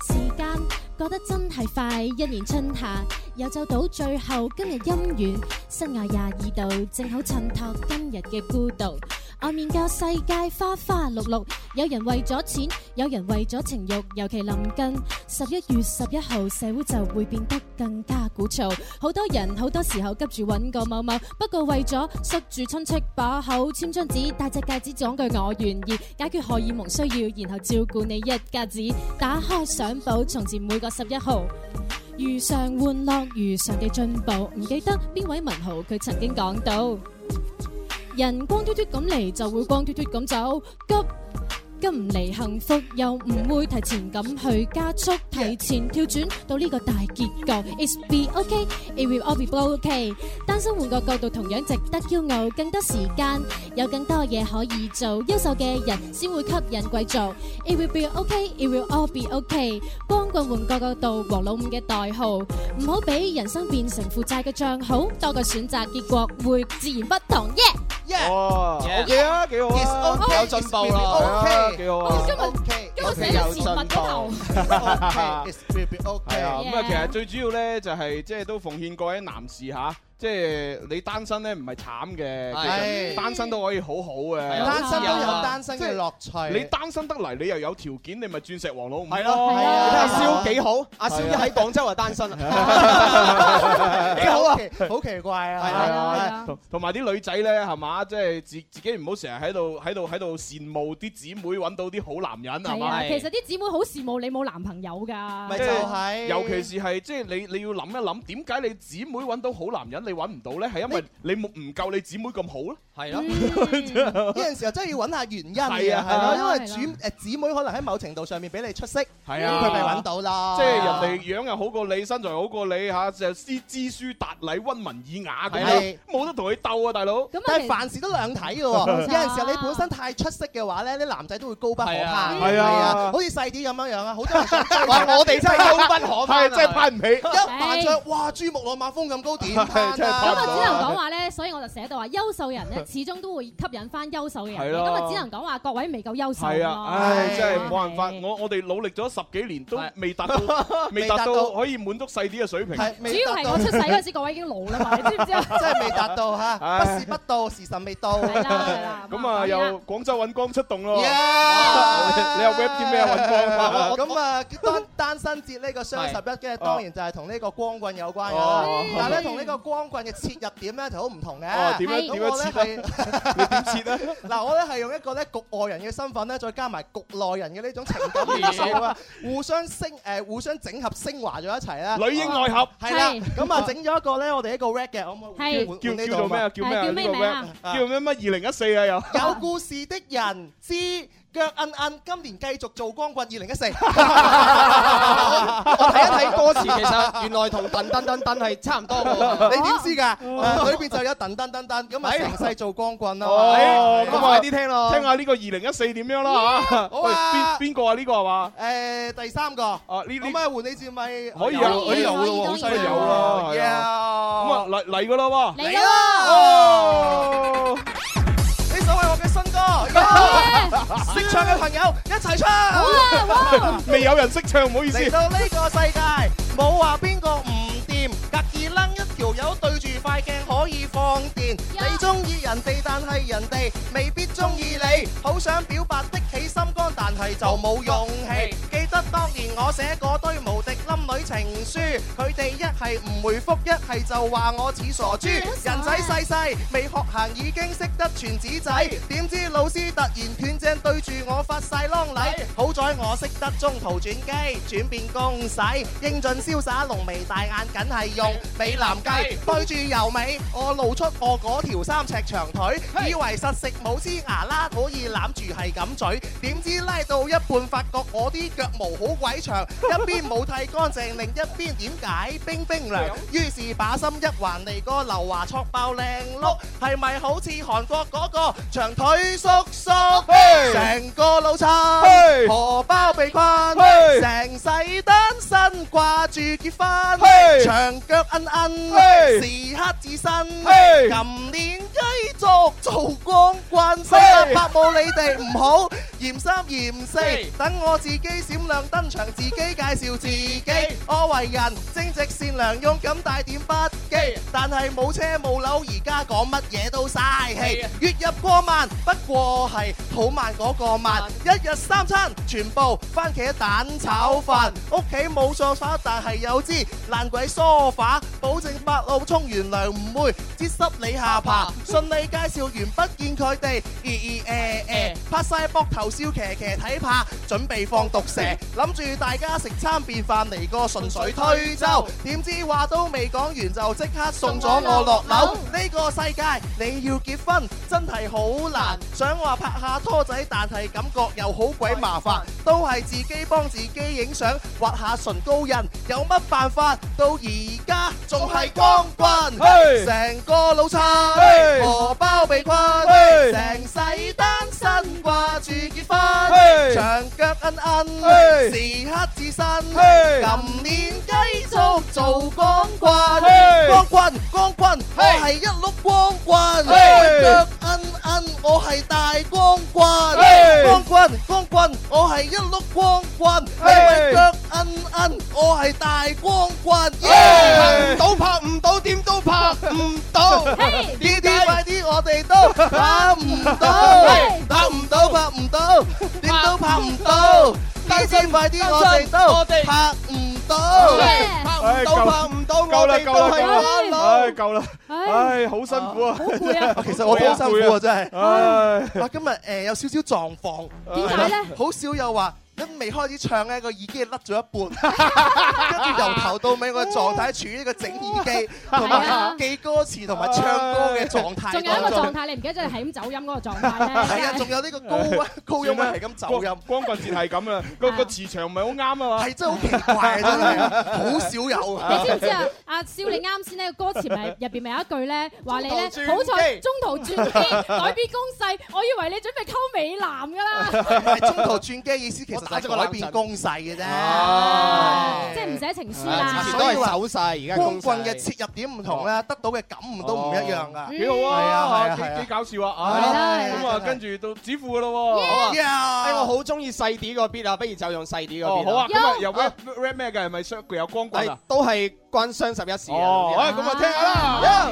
Speaker 7: 時間過得真係快，一年春夏又就到最後，今日陰雨，室外廿二度，正好襯托今日嘅孤獨。外面嘅世界花花綠綠，有人為咗錢，有人為咗情慾，尤其臨近十一月十一號，社會就會變得更加鼓噪。好多人好多時候急住揾個某某，不過為咗塞住親戚把口，簽張紙，戴隻戒指講句我願意，解決荷爾蒙需要，然後照顧你一家子。打開相簿，從前每個十一號。遇上玩樂，遇上嘅進步，唔記得邊位文豪佢曾經講到：人光嘟嘟咁嚟，就會光嘟嘟咁走，急急唔嚟幸福，又唔會提前咁去加速，提前跳轉到呢個大結局。It's be okay, it will all be okay。單身換個角度同樣值得驕傲，更多時間有更多嘢可以做，優秀嘅人先會吸引貴族。It will be okay, it will all be okay。光棍換個角度，黃老五嘅代號，唔好俾人生變成負債嘅帳號，多個選擇，結果會自然不同。Yeah。
Speaker 5: 哇，OK 啊，幾好啊
Speaker 6: It's okay，有進步
Speaker 5: 係
Speaker 6: 啦
Speaker 5: 啊
Speaker 6: OK
Speaker 5: 幾好啊，
Speaker 6: 今日
Speaker 5: 今日寫咗前文嗰頭
Speaker 6: *laughs* OK，it's will be
Speaker 5: 係啊，咁啊，其
Speaker 6: OK。
Speaker 5: 實最主要咧就係即係都奉勸各位男士嚇。即係你單身咧，唔係慘嘅，其實
Speaker 6: 係
Speaker 5: 單身都可以好好
Speaker 6: 係
Speaker 5: 嘅，
Speaker 6: 啊單身都
Speaker 5: Dạ.
Speaker 6: 有單身嘅樂趣
Speaker 5: 即係你單身得嚟，你又有條件，你咪鑽石王老五
Speaker 8: 係咯係啊你睇阿蕭幾好阿蕭一喺
Speaker 5: 廣州就單身啦，
Speaker 6: 幾好啊，好奇怪啊！
Speaker 5: 係啊，同同埋啲女仔咧，係嘛，即係自自己唔好成日喺度喺度喺度羨慕啲姊妹揾到啲好男人係
Speaker 7: 係
Speaker 5: 嘛
Speaker 7: 啊，，其實啲姊妹好羨慕你冇男朋友㗎。
Speaker 5: 即尤其是係即係你你要諗一諗，點解你姊妹揾到好男人，你揾唔到咧？係因為你冇唔夠你姊妹咁好咧？係 *laughs*
Speaker 6: 有陣時候真係要揾下原因嘅，
Speaker 5: 係啊係
Speaker 6: 係
Speaker 5: 啊
Speaker 6: 咯，因為主誒姊妹可能喺某程度上面比你出色，
Speaker 5: 係
Speaker 6: 咁
Speaker 5: 啊，
Speaker 6: 佢咪揾到啦。
Speaker 5: 即係人哋樣又好過你，身材好過你嚇，就知知書達理、温文爾雅咁樣
Speaker 6: 係，
Speaker 5: 冇得同佢鬥啊，大佬！
Speaker 6: 但係凡事都兩
Speaker 5: *laughs*
Speaker 6: 睇嘅喎，有陣時候你本身太出色嘅話咧，啲男仔都會高不可攀，
Speaker 5: 係啊係啊
Speaker 6: 好似細啲咁樣樣啊，好多
Speaker 5: *laughs*
Speaker 6: 人想追
Speaker 5: 哇我哋真係高不
Speaker 6: *laughs*
Speaker 5: 可攀啊係真係攀唔起
Speaker 6: 一扮上哇珠穆朗瑪峰咁高 *laughs* 點攀
Speaker 7: 咁
Speaker 6: 啊？
Speaker 7: 我只能講話咧，所以我就寫
Speaker 6: *laughs*
Speaker 7: 到話優秀人咧，始終都會吸引翻優秀嘅
Speaker 5: 係
Speaker 7: 人。
Speaker 5: 咯
Speaker 7: 咁啊我只能講話各位未夠優秀
Speaker 5: 係
Speaker 7: 咯
Speaker 5: 啊，。唉，真係冇辦法，我我哋努力咗十幾年都未達到，未達
Speaker 6: *laughs* 未達
Speaker 5: 到
Speaker 6: 到
Speaker 5: 可以滿足細啲嘅水平。
Speaker 6: 係
Speaker 7: 主要係我出世
Speaker 5: *laughs*
Speaker 7: 嗰
Speaker 6: *laughs*
Speaker 7: 陣時，各位已經老啦嘛，你知唔知啊？
Speaker 6: 真係未達到嚇，不時不到，時辰未到。
Speaker 5: 咁啊，又廣州揾光出動咯。*laughs*
Speaker 6: Yeah！
Speaker 5: 你又 web 啲咩啊？揾光啊？*laughs*
Speaker 6: 咁啊，單單身節呢個雙十一嘅當然就係同呢個光棍有關㗎啦
Speaker 5: 哦。
Speaker 6: 但係咧，同呢個光棍嘅切入點咧就好唔同嘅。
Speaker 5: 哦點樣
Speaker 6: 咁
Speaker 5: 點樣
Speaker 6: 我
Speaker 5: *laughs*
Speaker 6: 呢
Speaker 5: 切啊
Speaker 6: 係
Speaker 5: 你點切啊？
Speaker 6: *laughs* 嗱，我咧係用一個咧局外人嘅身份咧，再加埋局內人嘅呢種情感元素啊， *laughs* 互相升誒，互相整合升華咗一齊啦。
Speaker 5: 女英內合
Speaker 6: 係啦
Speaker 5: 係，
Speaker 6: 咁啊整咗一個咧，我哋一個 rap 嘅，可唔可以換
Speaker 5: 叫
Speaker 6: 換呢
Speaker 5: 叫
Speaker 6: 度
Speaker 5: 做咩
Speaker 6: 嘛
Speaker 5: 啊？叫咩啊？呢個 rap
Speaker 6: 啊
Speaker 5: 叫咩乜二零一四啊？又
Speaker 6: *laughs* 有故事的人之腳摁摁，今年繼續做光棍二零一四。 *laughs*
Speaker 8: 我睇一睇歌詞，其實原來同
Speaker 6: 等等等等係差唔多
Speaker 8: 喎
Speaker 6: *laughs* 你點知㗎？誒裏邊就有等等等等，咁啊成世做光棍咯。
Speaker 5: 哦，咁啊
Speaker 6: 快啲聽咯
Speaker 5: 聽下呢個二零一四點樣啦嚇。
Speaker 6: 好啊
Speaker 5: 喂邊邊個啊？呢個係嘛？
Speaker 6: 誒第三個，咁啊換你接咪
Speaker 5: 可以啊，可以
Speaker 6: 有
Speaker 5: 好犀利有啦，係啊咁啊嚟嚟噶啦喎，
Speaker 6: 嚟啦
Speaker 5: 哦！
Speaker 6: 呢首係我嘅新歌，識唱嘅朋友一齊唱。 *laughs*
Speaker 5: *laughs* 未有人識唱，唔好意思。
Speaker 6: 嚟到呢個世界，冇話邊個唔掂，隔二楞一條友對住塊鏡可以放電。你中意人哋，但係人哋未必中意你。好想表白的起心肝，但係就冇勇氣。記得當年我寫嗰堆無敵冧女情書，佢哋一係唔回覆，一係就話我似傻豬。人仔細細，未學行已經識得傳紙仔，點知老師突然斷正對住我發晒啷禮。好在我識得中途轉機，轉變公使，英俊瀟灑，濃眉大眼，梗係用美男計。對住油尾，我露出我嗰條三尺長腿，以為實食冇支牙啦，可以攬住係咁嘴。點知拉到一半，發覺我啲腳毛好鬼長，一邊冇剃乾淨，另一邊點解冰冰涼？於是把心一橫嚟個劉華戳爆靚碌，係咪好似韓國嗰個長腿叔叔？成個老襯，荷包被困，成世單身掛住結婚，長腳摁摁，時刻自身。今年繼續做光棍，世界百冇你哋唔好，嫌三嫌四，等我自己閃亮登場，自己介紹自己。我為人正直善良，勇敢帶點不羈，但係冇車冇樓，而家講乜嘢都嘥氣。月入過萬，不過係好慢嗰個慢。一日三餐全部番茄蛋炒飯，屋企冇梳化，但係有支爛鬼梳化，保證八路沖完涼唔會擠濕你下巴。順利介紹完，不見佢哋，咦咦誒誒，拍晒膊頭笑騎騎睇怕，準備放毒蛇，諗住大家食餐便飯嚟個順水推舟，點知話都未講完就即刻送咗我落樓。呢個世界你要結婚真係好難，想話拍下拖仔，但係感覺又好鬼麻煩，都係自己幫自己影相，畫下唇膏印，有乜辦法？到而家仲係光棍，
Speaker 9: 嘿
Speaker 6: 成個老
Speaker 9: 嘿
Speaker 6: 襯，荷包被困，
Speaker 9: 嘿
Speaker 6: 成世單身掛住結婚，
Speaker 9: 嘿
Speaker 6: 長腳恩恩，
Speaker 9: 嘿
Speaker 6: 時刻自身，
Speaker 9: 嘿
Speaker 6: 今年繼續做光棍
Speaker 9: 嘿，
Speaker 6: 光棍光棍，我係一碌光棍，
Speaker 9: 嘿
Speaker 6: 腳恩恩，我係大光棍，
Speaker 9: 嘿
Speaker 6: 光棍光棍，我係一碌光棍，你
Speaker 9: 嘿
Speaker 6: 咪腳恩恩，我係大光棍，
Speaker 8: 嘿
Speaker 6: 耶拍唔到拍唔到，點都 *laughs* 拍唔到，
Speaker 8: 嘿
Speaker 6: 呢啲快啲我哋都拍唔到
Speaker 8: 嘿，
Speaker 6: 拍唔到拍唔到，點都拍唔到，呢啲快啲我哋都拍唔到，
Speaker 5: 唉夠夠啦，夠啦，夠啦，唉，夠啦，唉，好辛苦啊，
Speaker 6: 其實我都好辛苦啊，真係。
Speaker 5: 唉。
Speaker 6: 哇，今日誒有少少狀況，
Speaker 5: 點解咧？
Speaker 6: *laughs* 好少有話一未開始唱咧，個耳機甩咗一半，跟住由頭到尾個狀態處於一個整耳機同
Speaker 7: 係啊
Speaker 6: 埋記歌詞同埋唱歌嘅狀態。
Speaker 7: 仲有一個狀。態，你唔記得咗係咁走音嗰個狀態咧。
Speaker 6: *laughs* 係啊，仲有呢個高音高音係咁走音，
Speaker 5: 光棍節係咁啊，個個磁場唔係好啱啊嘛，
Speaker 6: 係真係好奇
Speaker 5: *laughs*
Speaker 6: 怪真係，好少有啊。
Speaker 7: 你知唔知啊？阿少你啱先呢個歌詞咪入邊咪有一句咧，話你咧
Speaker 6: 中途轉機
Speaker 7: 好彩中途轉機 *laughs* 改變攻勢，我以為你準備溝美男㗎啦，
Speaker 6: 係中途轉機意思其實就係改變攻勢嘅啫。哦
Speaker 7: 即係唔寫情書
Speaker 6: 啊
Speaker 7: 啦。
Speaker 6: 光棍嘅切入點唔同啦，得到嘅感悟都唔一樣噶。
Speaker 5: 幾好
Speaker 6: 係啊，係
Speaker 5: 啊，
Speaker 6: 啊，係
Speaker 5: 幾
Speaker 6: 啊
Speaker 5: 幾。搞笑啊，唉，咁啊，跟住到指父噶咯喎，哦，好啊，今日又 rap rap 咩嘅？係咪相具有光棍啊？哦，咁啊，聽下啦。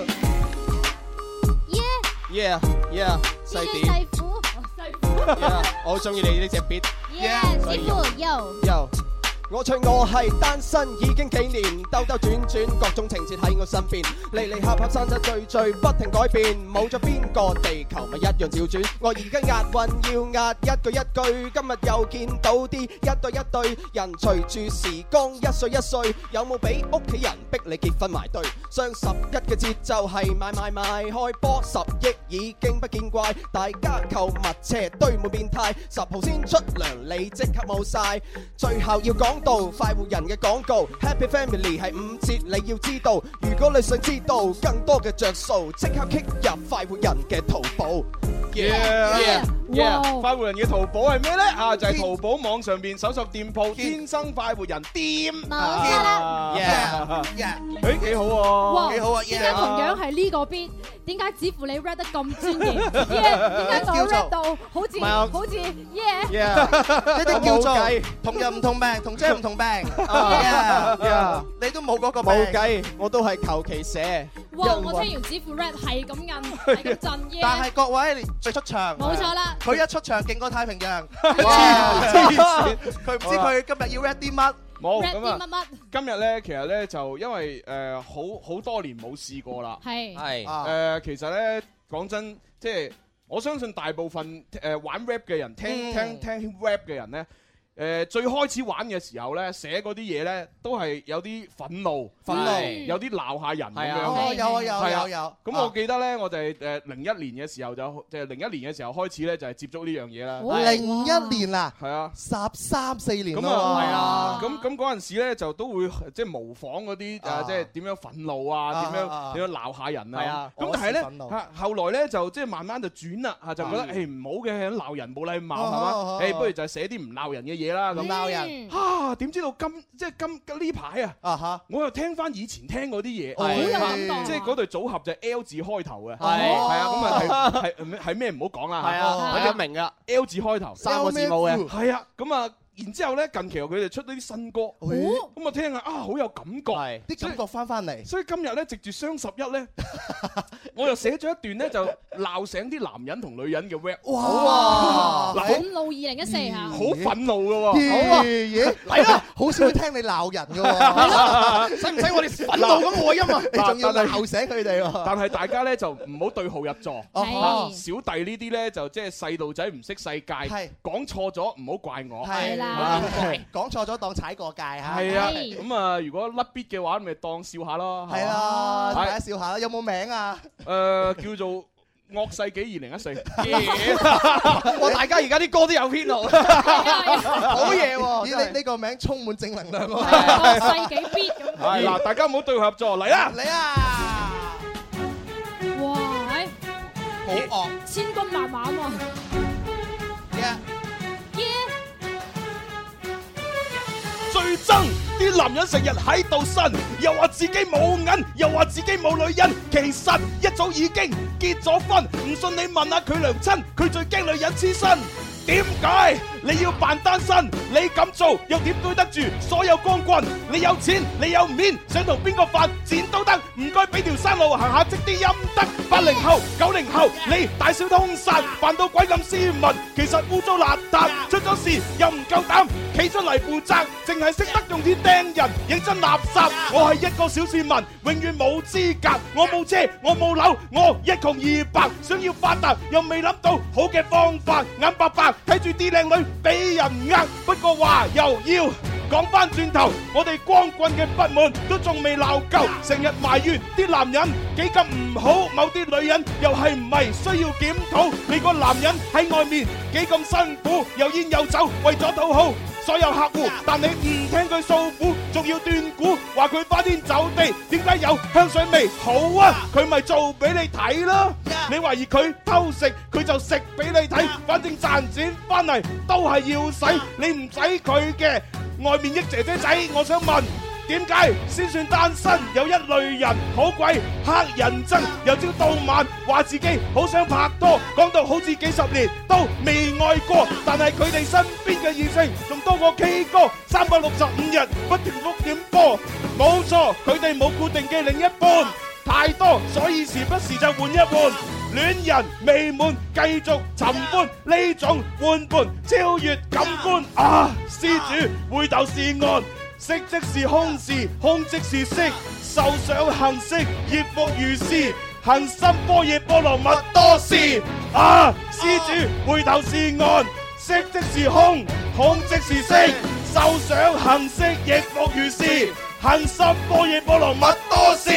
Speaker 1: 細虎，細虎。Yeah，
Speaker 8: 所以
Speaker 1: 師傅，yo。
Speaker 8: Yo，我唱我係單身已經幾年，兜兜轉轉各種情節喺我身邊，離離合合散散聚聚不停改變，冇咗邊個地球咪一樣照轉。我而家押韻要押一句一句，今日又見到啲一對一對人，隨住時光一歲一歲，有冇俾屋企人逼你結婚埋對？雙十一嘅節奏係買買買，開波十億已經不見怪，大家購物車堆滿變態，十號先出糧你即刻冇晒。最後要講到快活人嘅廣告，Happy Family 係五折，你要知道。如果你想知道更多嘅着數，即刻 kick 入快活人嘅淘寶。
Speaker 5: Yeah, yeah,
Speaker 8: 哇
Speaker 5: 快活人嘅淘寶係咩咧？啊，就係淘寶網上邊搜索店鋪天生快活人店。冇
Speaker 7: 錯啦
Speaker 5: Yeah, yeah，誒 *laughs* 幾好喎，幾好啊
Speaker 7: 點解同樣係呢個邊？點解只乎你 rap 得咁專業？點解我 rap 到好似
Speaker 6: 唔係啊
Speaker 7: 好似 yeah？
Speaker 6: Yeah，呢
Speaker 7: *laughs*
Speaker 6: 啲叫
Speaker 8: 冇
Speaker 6: 做
Speaker 8: 計
Speaker 6: 同人唔同命，同姐唔同病。 *laughs*
Speaker 8: 啊
Speaker 6: Yeah，你都冇嗰個病。
Speaker 8: 冇計，我都係求其寫。因
Speaker 7: 哇！
Speaker 8: 為
Speaker 7: 我聽完只乎 rap 係咁印，係咁震 yeah。
Speaker 6: 但係各位最出場，
Speaker 7: 冇錯啦
Speaker 6: 佢一出場勁過太平 *laughs* 洋，
Speaker 5: 黐線
Speaker 6: 佢唔知佢今日要 rap 啲乜，
Speaker 5: 冇
Speaker 6: rap
Speaker 5: 咁
Speaker 6: 啲乜
Speaker 5: 啊！今日咧，其實咧就因為誒好好多年冇試過啦，
Speaker 7: 係
Speaker 6: 係
Speaker 5: 誒，其實咧講真，即係我相信大部分誒玩 rap 嘅人，聽
Speaker 6: 嗯
Speaker 5: 聽聽 rap 嘅人咧，誒最開始玩嘅時候咧，寫嗰啲嘢咧都係有啲憤怒，
Speaker 6: 憤怒
Speaker 5: 係有啲鬧下人咁
Speaker 6: 係啊
Speaker 5: 樣嘅。
Speaker 6: 哦有啊有啊
Speaker 5: 係
Speaker 6: 有有
Speaker 5: 咁我記得咧，我就係誒零一年嘅時候就即係零一年嘅時候開始咧，就係接觸呢樣嘢啦。
Speaker 6: 哦零一年啦，
Speaker 5: 係啊，
Speaker 6: 十三四年
Speaker 5: 咁
Speaker 6: 啦，
Speaker 5: 啊，係啊，咁咁嗰陣時咧就都會即係模仿嗰啲誒，即係點樣憤怒啊，
Speaker 6: 啊
Speaker 5: 點樣
Speaker 6: 啊
Speaker 5: 點樣鬧下人
Speaker 6: 係
Speaker 5: 啊
Speaker 6: 啊。
Speaker 5: 咁但係
Speaker 6: 我是憤
Speaker 5: 咧
Speaker 6: 怒
Speaker 5: 嚇，後來咧就即係慢慢就轉啦嚇，就覺得誒
Speaker 6: 嗯
Speaker 5: 唔好嘅，鬧人冇禮貌
Speaker 6: 啊啊
Speaker 5: 係
Speaker 6: 啊
Speaker 5: 嘛？
Speaker 6: 啊
Speaker 5: 誒，不如就係寫啲唔鬧人嘅嘢嘢啦，咁
Speaker 6: 鬧人
Speaker 5: 啊！點知道今即係今呢排啊啊嚇，我又聽翻以前聽嗰啲嘢，
Speaker 6: 好有感覺啊
Speaker 5: 即係嗰對組合就係 L 字開頭嘅，
Speaker 6: 係
Speaker 5: 係啊，咁啊係係係咩唔好講啦，
Speaker 6: 係啊
Speaker 5: 大
Speaker 6: 大家
Speaker 5: 家明噶 L 字開頭
Speaker 6: 三個字母嘅
Speaker 5: 係啊，咁啊。然之後咧，近期佢哋出咗啲新歌，咁我聽下啊，好有感覺，啲感覺翻翻嚟。所以今日咧，藉住雙十一 *laughs* 咧，我又寫咗一段咧，就鬧醒啲男人同女人嘅 rap。
Speaker 7: 哇！
Speaker 5: 哦嗱，好
Speaker 7: 憤哦怒二零一四嚇，哦
Speaker 5: 好憤怒嘅喎，
Speaker 6: 咦咦，嚟啦！好少會聽你鬧人嘅喎， *laughs* 使唔使我哋憤怒咁外音
Speaker 5: *laughs*
Speaker 6: 啊？你仲要鬧醒佢哋喎？哦
Speaker 5: 但係大家咧就唔好對號入座，
Speaker 6: 係
Speaker 5: 啊小弟呢啲咧就即係細路仔唔識世界，講錯咗唔好怪我，
Speaker 6: 哦係啦，講錯咗當踩過界嚇。
Speaker 5: 係啊，咁啊如果甩 bit 嘅話，咪當笑下咯，係
Speaker 6: 係啦，大
Speaker 5: 係
Speaker 6: 家笑下啦，有冇名啊？
Speaker 5: 誒叫做惡世紀二零一四。 *laughs*
Speaker 6: 哇！
Speaker 5: 大家而家啲歌都有編號，啊
Speaker 6: 好嘢喎！
Speaker 5: 真
Speaker 6: 咦
Speaker 5: 係
Speaker 6: 呢呢個名充滿正能量喎，
Speaker 7: 世紀 beat 咁。
Speaker 5: 係嗱，大家唔好對號入座，嚟啦！
Speaker 6: 嚟啊！
Speaker 7: 哇！係
Speaker 6: 好惡，
Speaker 7: 千軍萬馬啊喎。
Speaker 11: 最憎啲男人成日喺度呻，又話自己冇銀，又話自己冇女人，其實一早已經結咗婚。唔信你問下佢娘親，佢最驚女人黐身。點解你要扮單身？你咁做又點對得住所有光棍？你有錢，你有面，想同邊個犯賤都得，唔該俾條生路啊行下，積啲陰德。八零後、九零後，你大小通殺，扮到鬼咁斯文，其實污糟邋遢，出咗事又唔夠膽企出嚟負責，淨係識得用鐵釘人，認真垃圾。我係一個小市民，永遠冇資格，我冇車，我冇樓，我一窮二白，想要發達又未諗到好嘅方法，眼白白睇住啲靚女俾人呃，不過話又要。講翻轉頭，我哋光棍嘅不滿都仲未鬧夠，成日埋怨啲男人幾咁唔好，某啲女人又係唔係需要檢討？你個男人喺外面幾咁辛苦，又煙又酒，為咗討好所有客戶，但你唔聽佢訴苦，仲要斷估，話佢花天酒地，點解有香水味？好啊，佢咪做俾你睇啦！你懷疑佢偷食，佢就食俾你睇，反正賺錢翻嚟都係要使，你唔使佢嘅。外面益姐姐仔，我想問。點解先算單身？有一類人好鬼黑人憎，由朝到晚話自己好想拍拖，講到好似幾十年都未愛過，但係佢哋身邊嘅異性仲多過 K 歌，三百六十五日不斷覆點播。冇錯，佢哋冇固定嘅另一半太多，所以時不時就換一換。戀人未滿，繼續尋歡呢種換伴，超越感官啊！施主回頭是岸，色即是空時，空即是色，受想行識，業復如是，行深般若波羅蜜多時啊！施主回頭是岸，色即是空，空即是色，受想行識，亦復如是，行深般若波羅蜜多時。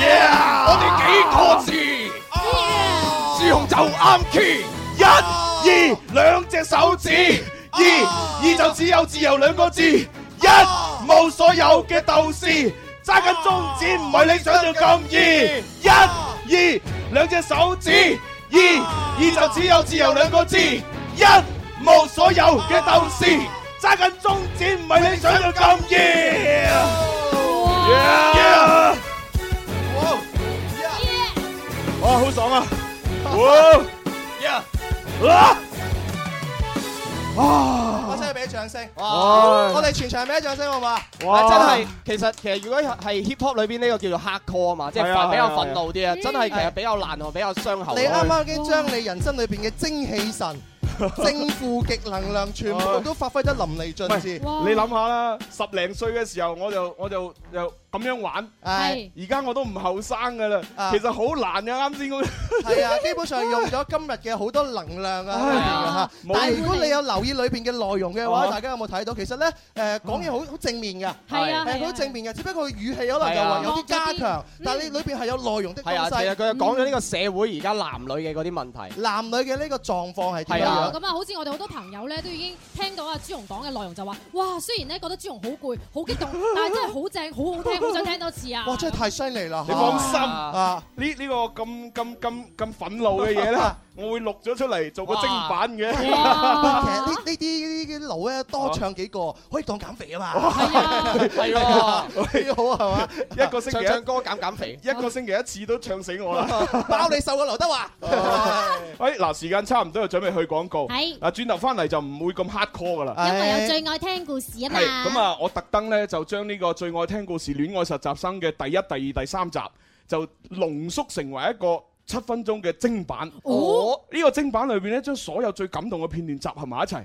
Speaker 11: Yeah！我哋啊幾個字。朱紅就啱 key，一、二兩隻手指，二二就只有自由兩個字，一冇所有嘅鬥士，揸緊中指唔係你想象咁易，一、二兩隻手指，二二就只有自由兩個字，一冇所有嘅鬥士，揸緊中指唔係你想象咁易。Yeah！哇，好爽啊！哇！啊！
Speaker 6: *laughs* À. 我真係俾掌聲，
Speaker 8: 哇
Speaker 6: 我哋全場俾掌聲好啊嘛？
Speaker 8: 哇！真係，其實其實如果係 hip hop 裏邊呢個叫做 hardcore 啊嘛，即係
Speaker 6: 係啊
Speaker 8: 憤比較
Speaker 6: 係啊
Speaker 8: 憤怒啲啊，
Speaker 6: 嗯
Speaker 8: 真係其實比較難同比較傷喉。
Speaker 6: 你啱啱已經將你人生裏邊嘅精氣 *laughs* 神、正負極能量全部都發揮得淋漓盡致。
Speaker 5: 你諗下啦，十零歲嘅時候我就我就又咁樣玩，
Speaker 6: 係
Speaker 5: 而家我都唔後生噶啦，
Speaker 6: 啊
Speaker 5: 其實好難嘅啱先嗰。
Speaker 6: 係啊，基本上用咗今日嘅好多能量啊，
Speaker 5: 冇
Speaker 6: 但係如果你有留意裏邊嘅內容嘅話，
Speaker 5: 啊
Speaker 6: 大家有冇睇到？其實咧，誒講嘢好好正面㗎，
Speaker 8: 係啊係啊嗯
Speaker 6: 係好正面㗎，只不過佢語氣可能就話有啲加強，但係你裏邊係有內容的
Speaker 8: 係啊，其實佢
Speaker 6: 東
Speaker 8: 就
Speaker 6: 西。
Speaker 8: 講咗呢個社會而家男女嘅嗰啲問題。
Speaker 6: 男女嘅呢個狀況係點
Speaker 8: 係
Speaker 6: 樣
Speaker 8: 啊？
Speaker 7: 咁啊，好似我哋好多朋友咧，都已經聽到阿朱紅講嘅內容，就話：哇，雖然咧覺得朱紅好攰、好激動，但係真係好正、好好聽、好
Speaker 8: 好想聽多次啊！
Speaker 6: 哇，真係太犀利啦！
Speaker 5: *laughs* 你放心
Speaker 6: 啊啊
Speaker 5: 啊！呢呢個咁咁咁咁憤怒嘅嘢咧，我會錄咗出嚟做個精版
Speaker 6: *laughs*
Speaker 5: 嘅。
Speaker 6: 哇其實呢呢啲啲佬咧多唱幾個可以當減肥啊嘛，係啊，幾好係嘛？
Speaker 5: 一個星期一
Speaker 6: 唱唱歌
Speaker 5: 減減肥，一個星期一次都唱死我啦！
Speaker 6: *laughs* 包你瘦過劉德華。
Speaker 5: 哎嗱，時間差唔多，就準備去廣告。
Speaker 8: 係
Speaker 5: 嗱，轉頭翻嚟就唔會咁 hard core 噶啦。
Speaker 8: 因為有最愛聽故事啊嘛。
Speaker 5: 係咁啊！我特登咧就將呢個最愛聽故事戀愛實習生嘅第一、第二、第三集就濃縮成為一個七分鐘嘅精版。
Speaker 6: 哦，
Speaker 5: 呢個精版裏邊咧，將所有最感動嘅片段集合埋一齊。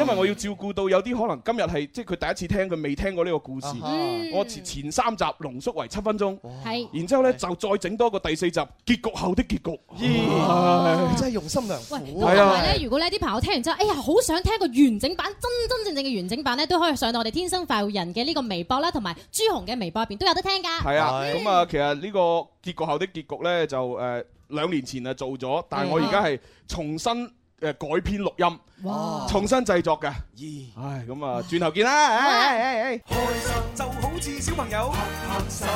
Speaker 5: 因為我要照顧到有啲可能今日係即係佢第一次聽，佢未聽過呢個故事
Speaker 6: 啊哈嗯。
Speaker 5: 我前前三集濃縮為七分鐘，
Speaker 8: 係
Speaker 5: 然之後咧就再整多個第四集結局後的結局。
Speaker 6: 咦真係用心良
Speaker 8: 喂，
Speaker 6: 苦
Speaker 8: 咁同埋咧，如果呢啲朋友聽完之後，哎呀，好想聽個完整版，真真正正嘅完整版咧，都可以上到我哋天生快活人嘅呢個微博啦，同埋朱紅嘅微博入邊都有得聽㗎。
Speaker 5: 係啊，咁啊，其實呢個結局後的結局呢，就誒兩年前啊做咗，但係我而家係重新誒改編錄音，
Speaker 20: 哇
Speaker 5: 重新製作嘅。唉，咁啊，轉頭見啦！唉唉唉
Speaker 11: 開心就好似小朋友拍拍手，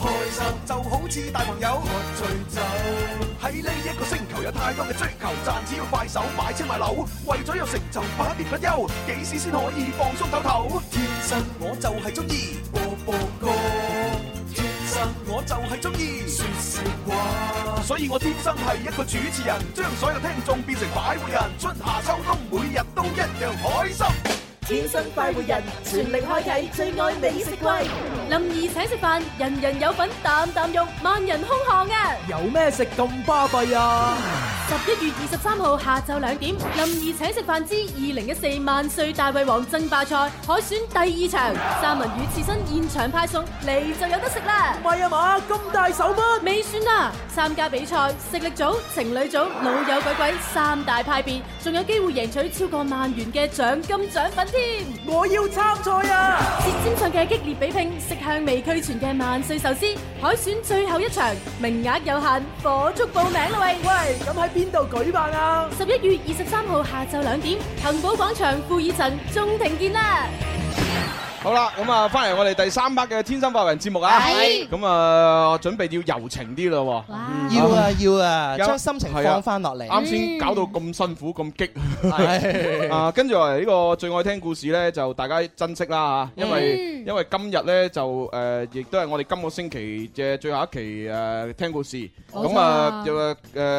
Speaker 11: 開心就好似大朋友喝醉酒。喺呢一個星球有太多嘅追求，賺錢要快手買車買樓，為咗有成就百變不休，幾時先可以放鬆唞唞？天生我就係中意播播歌，天生我就係中意説笑話，所以我天生係一個主持人，將所有聽眾變成擺活人，春夏秋冬每日都一樣開心。
Speaker 2: 天生快活人，全力開啟最愛美食季。
Speaker 7: 林兒請食飯，人人有份，啖啖肉，萬人空巷啊！
Speaker 2: 有咩食咁巴閉啊？
Speaker 7: 十一月二十三號下晝兩點，林兒請食飯之二零一四萬歲大胃王爭霸賽海選第二場，三文魚刺身現場派送，你就有得食啦！唔
Speaker 2: 係啊嘛，咁大手乜？
Speaker 7: 未算啊！參加比賽，食力組、情侶組、老友鬼鬼三大派別，仲有機會贏取超過萬元嘅獎金獎品添！
Speaker 2: 我要參賽啊！
Speaker 7: 舌尖上嘅激烈比拼，食向味俱全嘅萬歲壽司海選最後一場，名額有限，火速報名啦喂！
Speaker 2: 喂，咁喺邊度舉辦啊？
Speaker 7: 十一月二十三號下晝兩點，恒寶廣場負二層中庭見啦！
Speaker 5: 好啦，咁啊，翻嚟我哋第三 part 嘅天生發人節目啊，
Speaker 6: 係
Speaker 5: 咁啊，準備要柔情啲啦喎，
Speaker 6: 要啊要啊，
Speaker 5: 有
Speaker 6: 將心情
Speaker 5: 係啊
Speaker 6: 放翻落嚟。
Speaker 5: 啱先搞到咁辛苦咁激，*laughs*
Speaker 6: 係
Speaker 5: 啊，跟住落嚟呢個最愛聽故事呢，就大家珍惜啦嚇，因為
Speaker 6: 嗯
Speaker 5: 因為今日呢，就誒，亦都係我哋今個星期嘅最後一期誒聽故事，
Speaker 6: 冇錯
Speaker 5: 咁啊就誒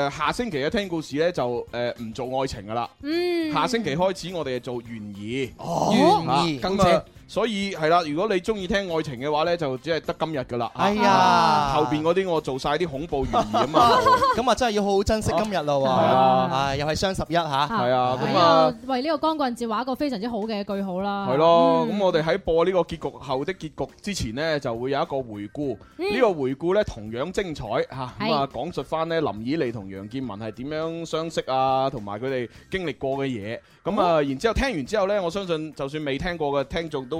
Speaker 5: 下星期嘅聽故事呢，就誒唔做愛情噶啦。
Speaker 6: 嗯哦
Speaker 5: 下星期開始我哋係做懸疑，啊
Speaker 6: 懸疑
Speaker 5: 咁
Speaker 6: 更正
Speaker 5: 啊。所以係啦，如果你中意聽愛情嘅話呢，就只係得今日噶啦。
Speaker 6: 哎呀
Speaker 5: 啊後邊嗰啲我做晒啲恐怖懸疑啊
Speaker 6: *laughs*
Speaker 5: 嘛。
Speaker 6: 咁啊，真係要好好珍惜今日咯喎！
Speaker 5: 係啊
Speaker 6: 啊，又係雙十一哎嚇，係
Speaker 5: 啊咁
Speaker 8: 啊，為呢個光棍節畫一個非常之好嘅句號啦。
Speaker 5: 係咯，
Speaker 8: 嗯
Speaker 5: 咁我哋喺播呢個結局後的結局之前呢，就會有一個回顧。
Speaker 8: 嗯
Speaker 5: 呢個回顧呢，同樣精彩嚇，
Speaker 8: 係
Speaker 5: 咁啊講述翻呢，林以利同楊建文係點樣相識啊，同埋佢哋經歷過嘅嘢。咁
Speaker 8: 哦
Speaker 5: 啊，然之後聽完之後呢，我相信就算未聽過嘅聽眾都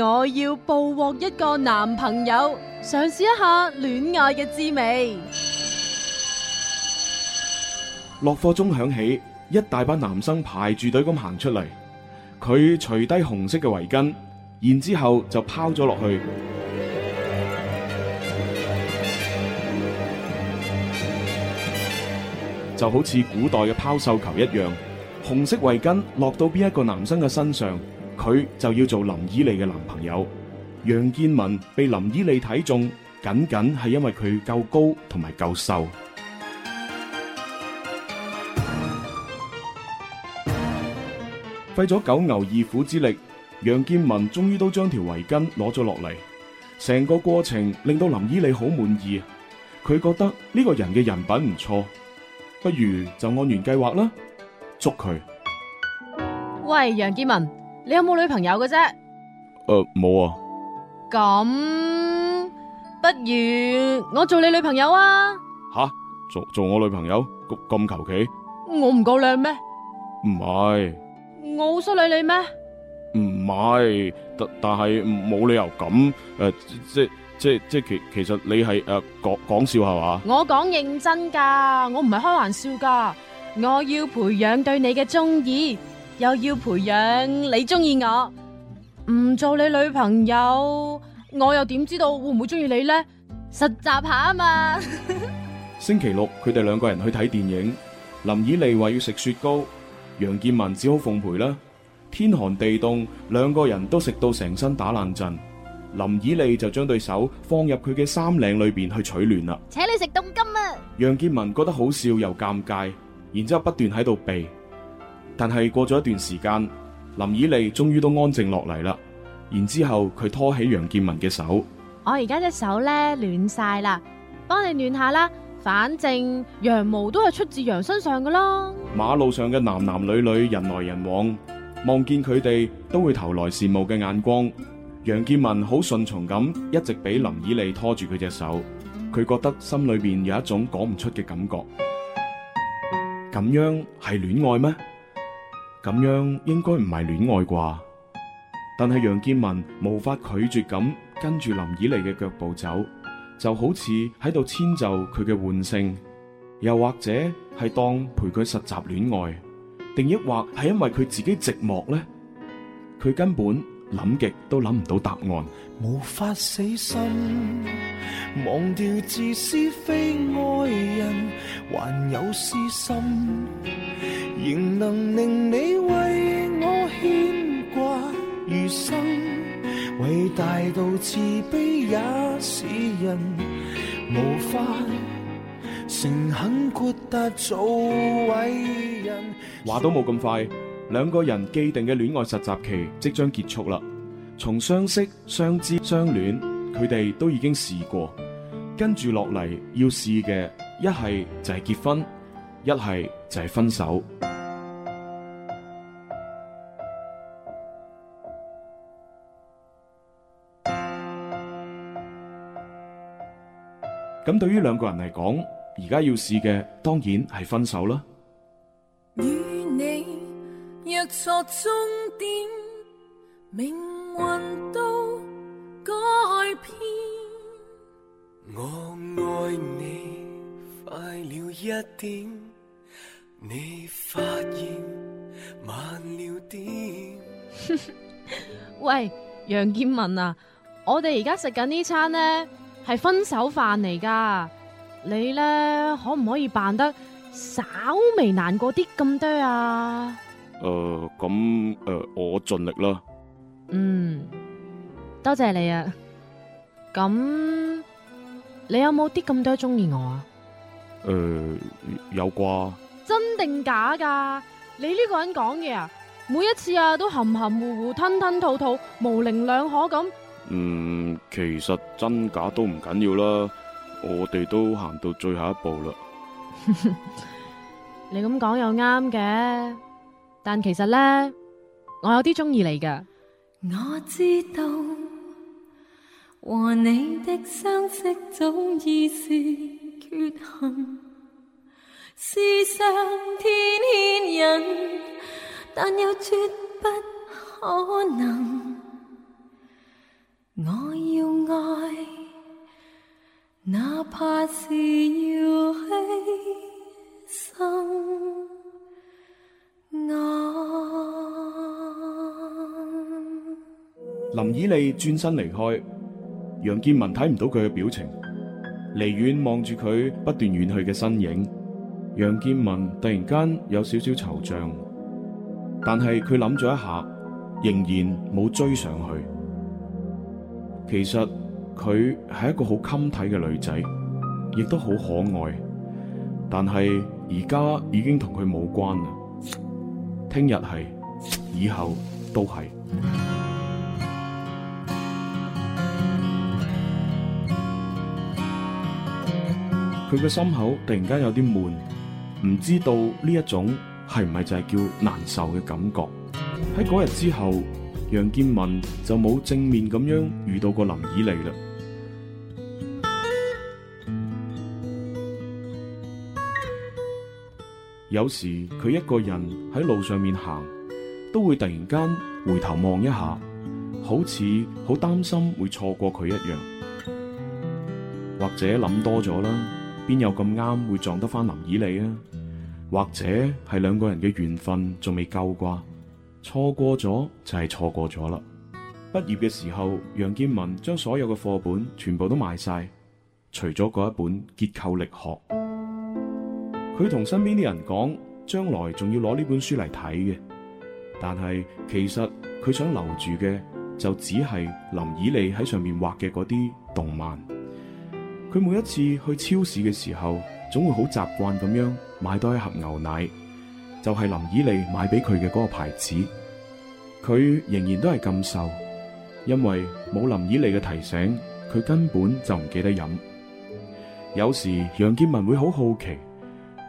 Speaker 7: 我要捕獲一個男朋友，嘗試一下戀愛嘅滋味。
Speaker 21: 落課鐘響起，一大班男生排住隊咁行出嚟。佢除低紅色嘅圍巾，然之後就拋咗落去。就好似古代嘅拋繡球一樣，紅色圍巾落到邊一個男生嘅身上，佢就要做林以利嘅男朋友。楊建文被林以利睇中，僅僅係因為佢夠高同埋夠瘦。費咗九牛二虎之力，楊建文終於都將條圍巾攞咗落嚟。成個過程令到林依利好滿意，佢覺得呢個人嘅人品唔錯，不如就按原計劃啦，捉佢。
Speaker 22: 喂，楊建文，
Speaker 5: 呃
Speaker 22: 你有冇女朋友嘅啫？
Speaker 21: 誒、冇啊，
Speaker 22: 咁
Speaker 7: 不如我做你女朋友啊？
Speaker 5: 吓，做做我女朋友咁咁求其？
Speaker 7: 我唔夠靚咩？
Speaker 5: 唔係
Speaker 7: 我好失禮你咩？
Speaker 5: 唔係，但但係冇理由咁诶、呃即即即其其實你係诶講講笑係嘛？
Speaker 7: 我講認真㗎，我唔係開玩笑㗎。我要培養對你嘅中意，又要培養你中意我。唔做你女朋友，我又點知道會唔會中意你呢？實習下啊
Speaker 23: *laughs*
Speaker 7: 嘛。
Speaker 5: 星期六佢哋兩個人去睇電影，林以利話要食雪糕，楊建文只好奉陪啦。天寒地凍，兩個人都食到成身打冷震。林以利就將對手放入佢嘅衫領裏邊去取暖啦。
Speaker 23: 請你食凍金啊！
Speaker 5: 楊建文覺得好笑又尷尬，然之後不斷喺度避。但係過咗一段時間，林以利終於都安靜落嚟啦。然之後佢拖起楊建文嘅手，
Speaker 7: 我而家隻手咧暖晒啦，幫你暖下啦。反正羊毛都係出自羊身上噶啦。
Speaker 5: 馬路上嘅男男女女人來人往，望見佢哋都會投來羨慕嘅眼光。楊建文好順從咁，一直俾林以利拖住佢隻手，佢覺得心裏邊有一種講唔出嘅感覺。咁樣係戀愛咩？咁樣應該唔係戀愛啩？但係楊建文無法拒絕咁跟住林以利嘅腳步走，就好似喺度遷就佢嘅玩性，又或者係當陪佢實習戀愛，定抑或係因為佢自己寂寞呢？佢根本諗極都諗唔到答案。
Speaker 24: 無法死心，忘掉自私非愛人，還有私心，仍能令你為我牽掛餘生。偉大到自卑也使人無法誠懇豁達做偉人。
Speaker 5: 話都冇咁快，兩個人既定嘅戀愛實習期即將結束啦。從相識、相知、相戀，佢哋都已經試過，跟住落嚟要試嘅一係就係結婚，一係就係分手。咁對於兩個人嚟講，而家要試嘅當然係分手啦。
Speaker 25: 與你若錯終點，命運都改變。
Speaker 24: 我愛你，快了一點，你發現慢了點。
Speaker 7: *laughs* 喂，楊建文啊，我哋而家食緊呢餐呢，係分手飯嚟噶，你呢，可唔可以扮得稍微難過啲咁多啊？
Speaker 5: 誒、呃咁誒、我盡力啦。
Speaker 7: 嗯，多謝你啊。咁你有冇啲咁多中意我啊？
Speaker 5: 誒、呃有啩？
Speaker 7: 真定假噶？你呢個人講嘢啊，每一次啊都含含糊糊、吞吞吐吐、模棱兩可咁。
Speaker 5: 嗯，其實真假都唔緊要啦，我哋都行到最後一步啦。
Speaker 7: 你咁講又啱嘅，但其實呢，我有啲中意你噶。
Speaker 25: 我知道和你的相識早已是缺陷，是上天牽引，但又絕不可能。我要愛，哪怕是要犧牲。
Speaker 5: 林以利轉身離開，楊建文睇唔到佢嘅表情，離遠望住佢不斷遠去嘅身影。楊建文突然間有少少惆悵，但係佢諗咗一下，仍然冇追上去。其實佢係一個好襟睇嘅女仔，亦都好可愛，但係而家已經同佢冇關啦。聽日係，以後都係。佢嘅心口突然間有啲悶，唔知道呢一種係唔係就係叫難受嘅感覺。喺嗰日之後，楊建文就冇正面咁樣遇到過林以利啦。有時佢一個人喺路上面行，都會突然間回頭望一下，好似好擔心會錯過佢一樣。或者諗多咗啦，邊有咁啱會撞得翻林以利啊？或者係兩個人嘅緣分仲未夠啩？錯過咗就係錯過咗啦。畢業嘅時候，楊建文將所有嘅課本全部都賣晒，除咗嗰一本結構力學。佢同身邊啲人講，將來仲要攞呢本書嚟睇嘅。但係其實佢想留住嘅就只係林以利喺上面畫嘅嗰啲動漫。佢每一次去超市嘅時候，總會好習慣咁樣買多一盒牛奶，就係、林以利買俾佢嘅嗰個牌子。佢仍然都係咁瘦，因為冇林以利嘅提醒，佢根本就唔記得飲。有時楊建文會好好奇，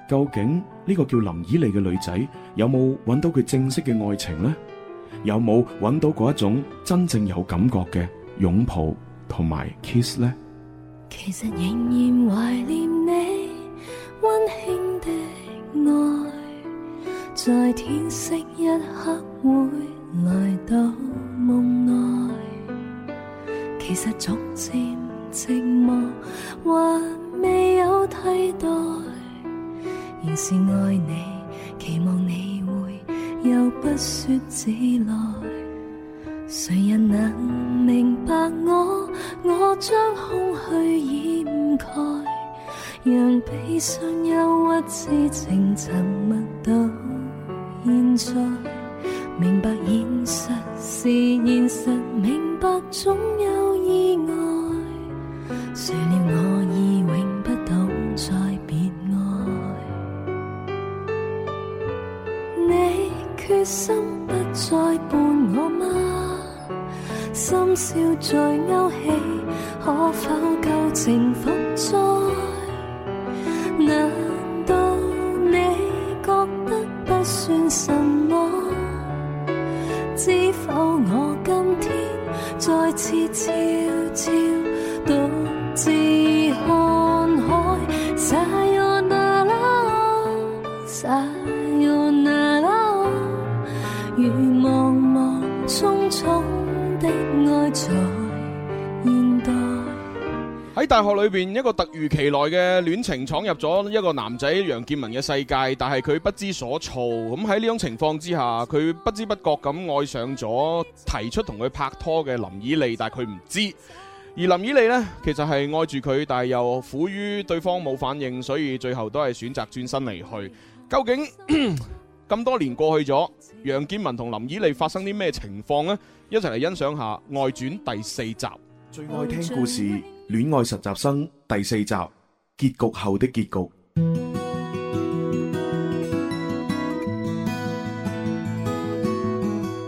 Speaker 5: 究竟呢個叫林以利嘅女仔有冇揾到佢正式嘅愛情呢？有冇揾到嗰一種真正有感覺嘅擁抱同埋 kiss 呢？
Speaker 25: 其實仍然懷念你温馨的愛，在天色一刻會來到夢內。其實逐漸寂寞還未有替代，仍是愛你，期望你會又不說自來。谁人能明白我？我將空虛掩蓋，讓悲傷、憂鬱之情沉默到現在。明白現實是現實，明白總有意外。誰料我已永不懂再別愛，你決心不再伴我嗎？心笑在勾起，可否舊情復再？難道你覺得不算什麼？知否我今天再次悄悄獨自看海，Sayonara，Sayonara。如茫茫匆匆的愛在現代。
Speaker 26: 喺大學裏邊，一個突如其來嘅戀情闖入咗一個男仔楊建文嘅世界，但係佢不知所措。咁喺呢種情況之下，佢不知不覺咁愛上咗提出同佢拍拖嘅林以利，但係佢唔知。而林以利呢，其實係愛住佢，但係又苦於對方冇反應，所以最後都係選擇轉身離去。究
Speaker 5: *laughs*
Speaker 26: 竟咁多年過去咗，楊建文同林以利發生啲咩情況呢？一齊嚟欣賞下《外傳》第四集。
Speaker 5: 最愛聽故事《戀愛實習生》第四集，結局後的結局。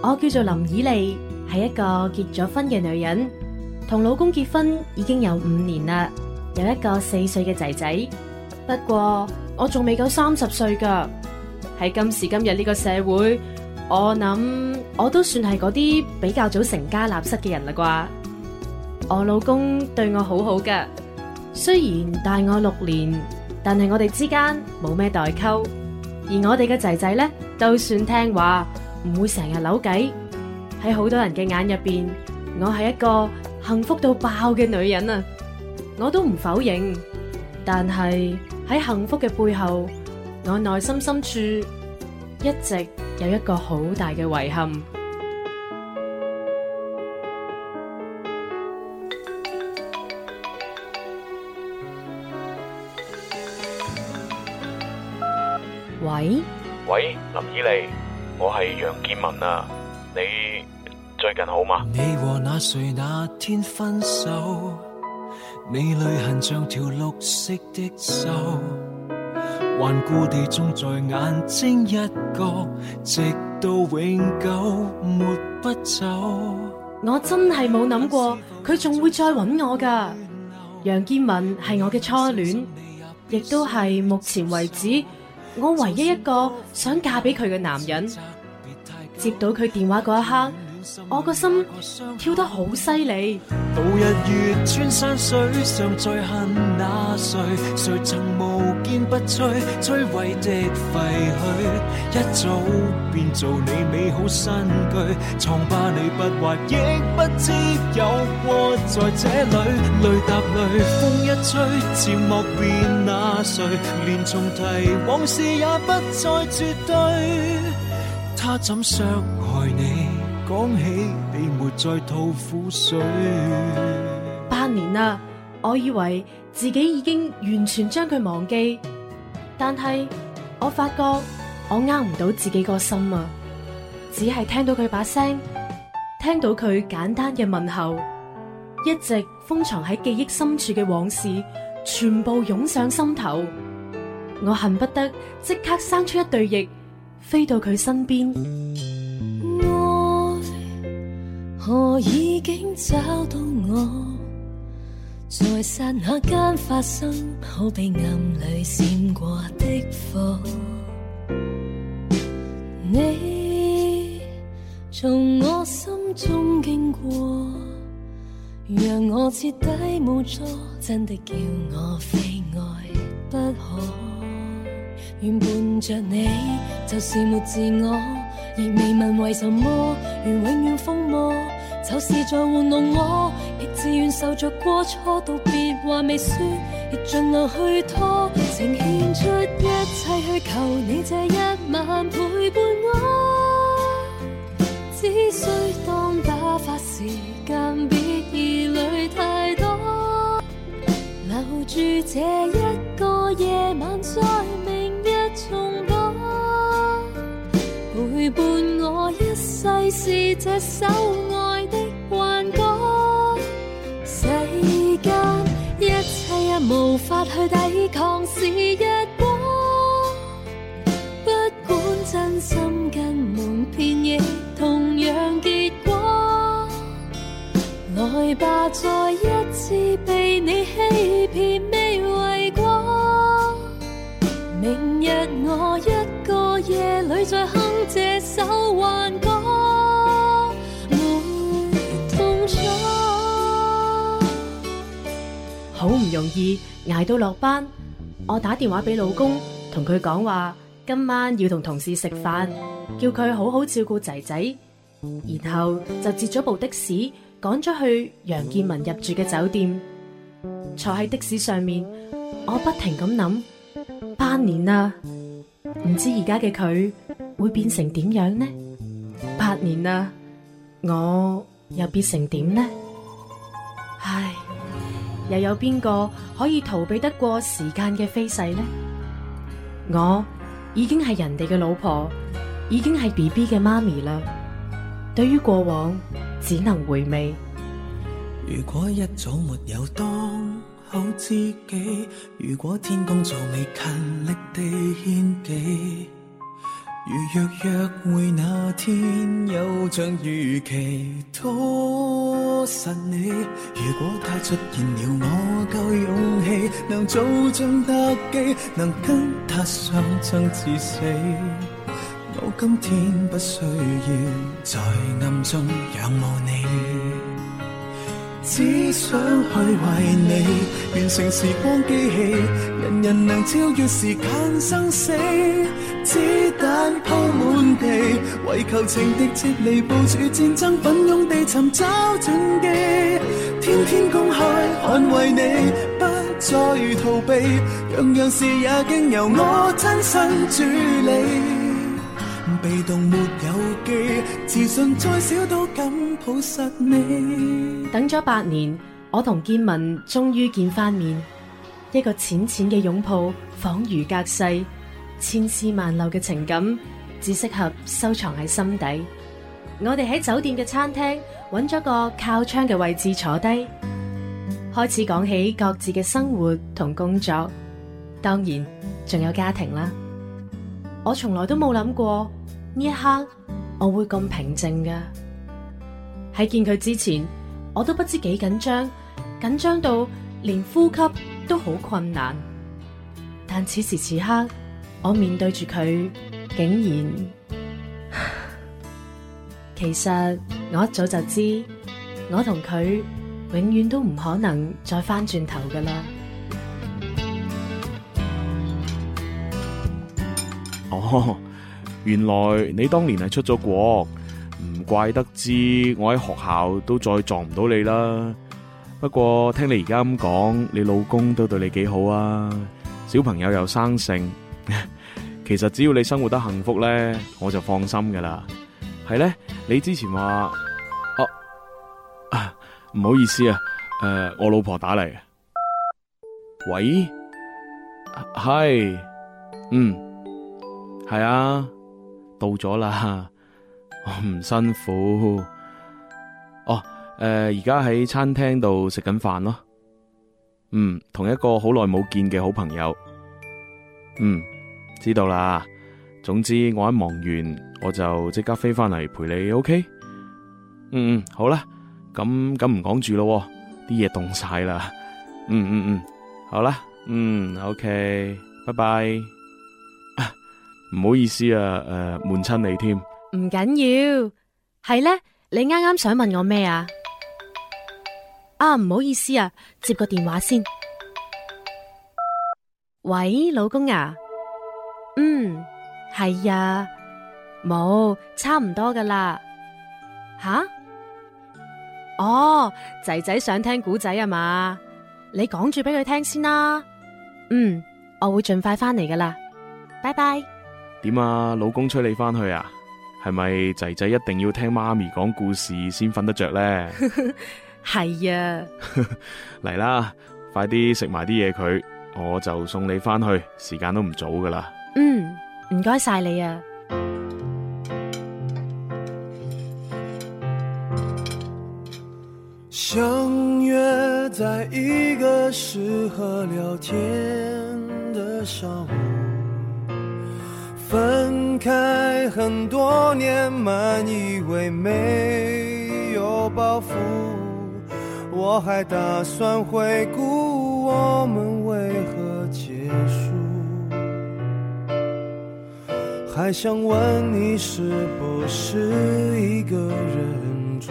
Speaker 7: 我叫做林以利，係一個結咗婚嘅女人，同老公結婚已經有五年啦，有一個四歲嘅仔仔。不過我仲未夠三十歲噶。喺今時今日呢個社會，我諗我都算係嗰啲比較早成家立室嘅人啦啩。我老公對我好好噶，雖然大我六年，但係我哋之間冇咩代溝。而我哋嘅仔仔呢，都算聽話，唔會成日扭計。喺好多人嘅眼入邊，我係一個幸福到爆嘅女人啊！我都唔否認，但係喺幸福嘅背後，我內心深處一直有一個好大嘅遺憾。喂，
Speaker 27: 喂，林以利，我係楊建文啊，你最近好嗎？
Speaker 13: 你和那誰那天分手，你淚痕像條綠色的鏽，頑固地種在眼睛一角，直到永久抹不走。
Speaker 7: 我真係冇諗過佢仲會再揾我噶。楊建文係我嘅初戀，亦都係目前為止我唯一一個想嫁俾佢嘅男人。接到佢電話嗰一刻，我個心跳得好犀利，
Speaker 13: 度日月穿山水，尚最恨那谁？谁曾無堅不摧，摧毀的廢墟，一早變做你美好新居。藏吧你不滑，亦不知有過在這裏。淚踏淚，風一吹，漸莫變那誰？連重提往事也不再絕對。他怎傷害你？講起你沒再吐苦水。
Speaker 7: 八年啦，我以為自己已經完全將佢忘記，但係我發覺我呃唔到自己個心啊！只係聽到佢把聲，聽到佢簡單嘅問候，一直封藏喺記憶深處嘅往事，全部湧上心頭。我恨不得即刻生出一對翼，飛到佢身邊。
Speaker 25: 愛何已經找到我，在剎那間發生，好比暗裏閃過的火。你從我心中經過，讓我徹底無助，真的叫我非愛不可。原伴着你，就是沒自我，亦未問為什麼，願永遠瘋魔，就是在玩弄我，亦自願受着過錯，道別話未說，亦盡量去拖，呈獻出一切去求你這一晚陪伴我，只需當打發時間，別疑慮太多。留住這一個夜晚，在明日重播。陪伴我一世是這首愛的幻歌。世間一切也無法去抵抗，是日光。不管真心跟夢騙，亦同樣結果。來吧，再一次被你欺騙，未為過。明日我一個夜裏再哼這首幻歌，沒痛楚。
Speaker 7: 好唔容易捱到落班，我打電話俾老公，同佢講話今晚要同同事食飯，叫佢好好照顧仔仔，然後就截咗部的士趕咗去楊建文入住嘅酒店。坐喺的士上面，我不停咁諗，八年啦，唔知而家嘅佢會變成點樣呢？八年啦，我又變成點呢？唉。又有邊個可以逃避得過時間嘅飛逝呢？我已經係人哋嘅老婆，已經係 B B 嘅媽咪啦。對於過往，只能回味。
Speaker 24: 如果一早沒有當好知己，如果天公造美勤力地獻技，如若約會那天有像預期拖實你，如果他出現了，我夠勇氣，能早將得機，能跟他相爭至死。我今天不需要在暗中仰慕你，只想去為你完成時光機器，人人能超越時間生死，子彈鋪滿地，為求情敵撤離，部署戰爭，奮勇地尋找轉機，天天公開捍衛你，不再逃避，樣樣事也經由我親身處理。被動沒有機，自信再少都敢抱實你。
Speaker 7: 等咗八年，我同建文終於見翻面，一個淺淺嘅擁抱，恍如隔世，千絲萬縷嘅情感，只適合收藏喺心底。我哋喺酒店嘅餐廳揾咗個靠窗嘅位置坐低，開始講起各自嘅生活同工作，當然仲有家庭啦。我從來都冇諗過呢一刻我會咁平靜噶。喺見佢之前，我都不知幾緊張，緊張到連呼吸都好困難。但此時此刻，我面對住佢，竟然 *laughs* 其實我一早就知，我同佢永遠都唔可能再翻轉頭噶啦。
Speaker 5: *laughs* 哦，原來你當年係出咗國，唔怪得知我喺學校都再撞唔到你啦。不過聽你而家咁講，你老公都對你幾好啊，小朋友又生性。 *laughs* 其實只要你生活得幸福呢，我就放心噶啦。係呢，你之前話，哦、啊，唔好意思啊，誒、我老婆打嚟。喂，啊係，嗯。系啊，到咗啦， *laughs* 我唔辛苦。哦，诶、而家喺餐廳度食緊飯咯。嗯，同一個好耐冇見嘅好朋友。嗯，知道啦。總之我一忙完，我就即刻飛翻嚟陪你，OK？嗯嗯，好啦，咁咁唔講住咯喎，啲嘢凍晒啦。嗯嗯嗯，好啦，嗯，OK，拜拜。唔好意思啊，诶、呃，悶親你添。
Speaker 7: 唔緊要，係呢？你啱啱想問我咩啊？啊，唔好意思啊，接個電話先。喂，老公啊，嗯，係呀，冇，差唔多噶啦。吓？哦，仔仔想聽古仔啊嘛，你講住俾佢聽先啦。嗯，我會盡快翻嚟噶啦，拜拜。
Speaker 5: 點啊，老公催你翻去啊？係咪仔仔一定要聽媽咪講故事先瞓得着呢？
Speaker 7: 係啊，
Speaker 5: 嚟啦，快啲食埋啲嘢佢，我就送你翻去，時間都唔早噶啦。
Speaker 7: 嗯，唔該晒你啊。
Speaker 28: 相约在一个适合聊天的上午，分开很多年，满以为没有包袱，我还打算回顾我们为何结束，还想问你是不是一个人住。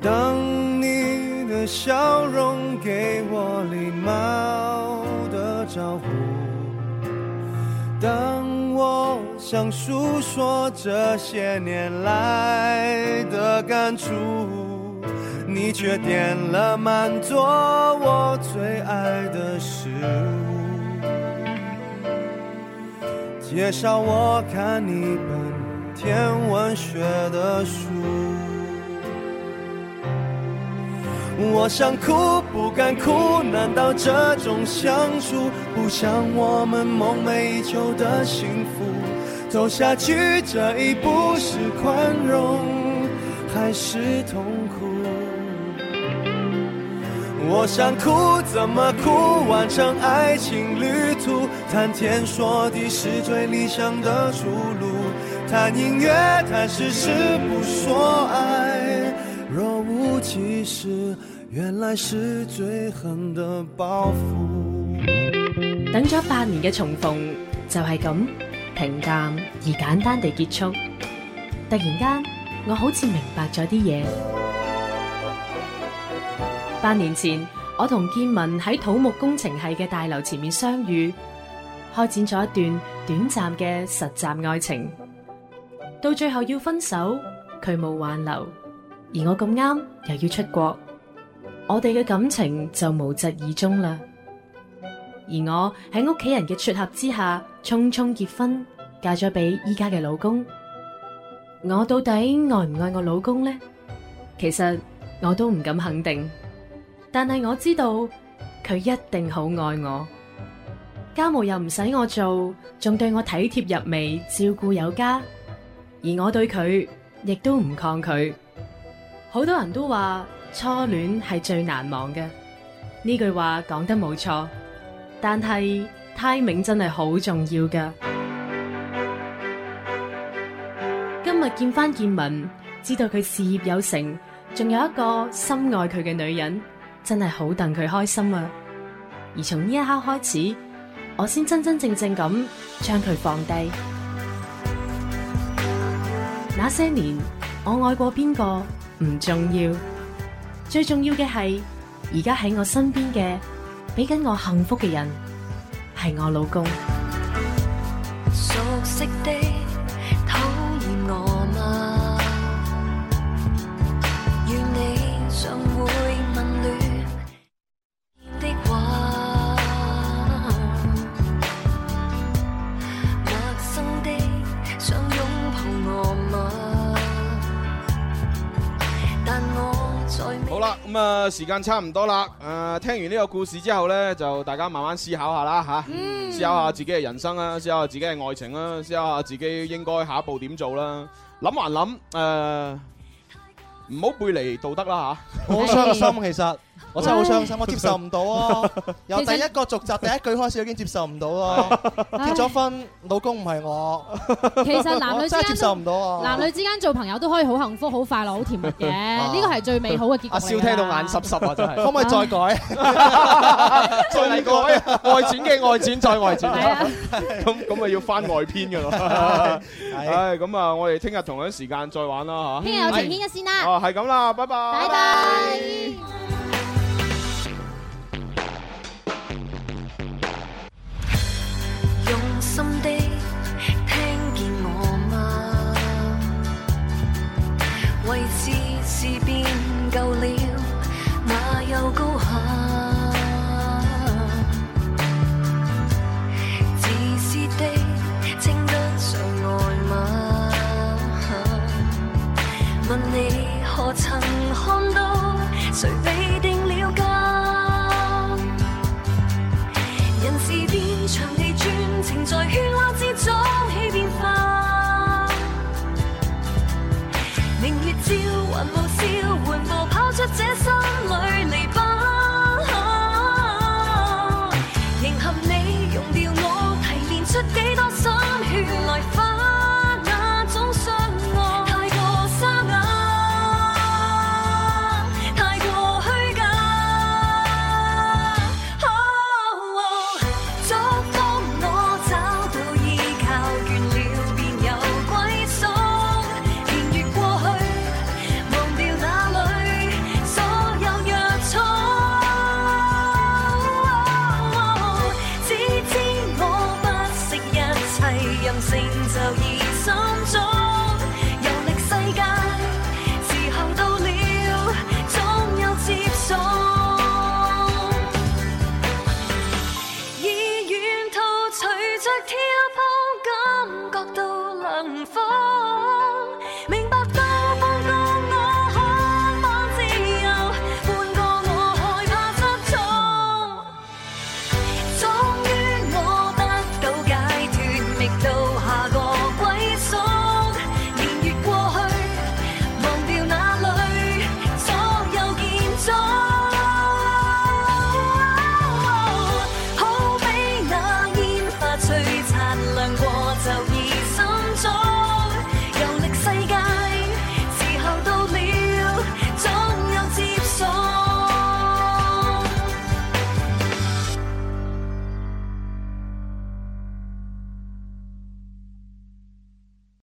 Speaker 28: 当你的笑容给我礼貌的招呼，当我想诉说这些年来的感触，你却点了满桌我最爱的食物，介绍我看一本天文学的书。我想哭，不敢哭，难道这种相处不像我们梦寐以求的幸福？走下去这一步是宽容还是痛苦？我想哭，怎么哭？完成爱情旅途，谈天说地是最理想的出路。谈音乐，谈事实，不说爱，若无其事，原来是最狠的报复。
Speaker 7: 等咗八年嘅重逢就係咁平淡而簡單地結束。突然間，我好似明白咗啲嘢。八年前，我同建文喺土木工程系嘅大樓前面相遇，開展咗一段短暫嘅實習愛情。到最後要分手，佢冇挽留，而我咁啱又要出國，我哋嘅感情就無疾而終啦。而我喺屋企人嘅撮合之下，匆匆結婚，嫁咗俾依家嘅老公。我到底愛唔愛我老公呢？其實我都唔敢肯定，但係我知道佢一定好愛我。家務又唔使我做，仲對我體貼入微，照顧有加，而我對佢亦都唔抗拒。好多人都話初戀係最難忘嘅，呢句話講得冇錯。但係 timing 真係好重要噶。今日見翻建文，知道佢事業有成，仲有一個深愛佢嘅女人，真係好戥佢開心啊！而從呢一刻開始，我先真真正正咁將佢放低。那些年，我愛過邊個唔重要，最重要嘅係而家喺我身邊嘅，俾緊我幸福嘅人係我老公。
Speaker 14: 熟悉的討厭我嗎？願你常會問暖的話，陌生的想擁抱我嗎？但我在未
Speaker 5: 好啦，咁啊時間差唔多啦。誒，聽完呢個故事之後呢，就大家慢慢思考下啦吓，思考下自己嘅人生啦，思考下自己嘅愛情啦，思考下自己應該下一步點做啦。諗還諗誒，唔好背離道德啦吓。
Speaker 6: 好傷心其實，我真係好傷心，我接受唔到啊！由第一個續集第一句開始已經接受唔到啊！結咗婚，老公唔係我，
Speaker 8: 其實男女
Speaker 6: 我
Speaker 8: 之
Speaker 6: 真係接
Speaker 8: 間都
Speaker 6: 受唔到啊！
Speaker 8: 男女之間做朋友都可以好幸福、好快樂、好甜蜜
Speaker 6: *laughs*
Speaker 8: 嘅，呢個係最美好嘅結局。
Speaker 6: 阿蕭聽到眼濕濕啊，真係可唔可以再
Speaker 8: *laughs*
Speaker 6: 改？
Speaker 5: 再
Speaker 6: 嚟改啊
Speaker 5: 外傳嘅外傳再外傳
Speaker 6: 係啊，
Speaker 5: *laughs* 咁咁啊要翻外篇
Speaker 6: *laughs*
Speaker 5: 噶啦。唉，咁啊，我哋聽日同一時間再玩啦吓。
Speaker 8: 聽日有情牽一先啦。
Speaker 5: 哦，係咁啦，拜拜。
Speaker 8: 拜拜。
Speaker 14: 用心的聽見我嗎？位置是變夠了，哪有高下？自私的稱得上愛嗎？問你何曾看到誰被定了家？人事變，場地轉，情在喧鬧之中起變化。明月照，雲霧笑，緩步跑出這心裏籬笆。迎合你，用掉我，提煉出幾多心血來花，那種相愛太過沙啞，太過虛假。祝福我找到依靠，倦了便有歸宿。年月過去，忘掉那裏所有約束。只知我不惜一切，任成就而心中。遊歷世界，時候到了，總有接送。以遠途隨着跳碰，感覺到涼風。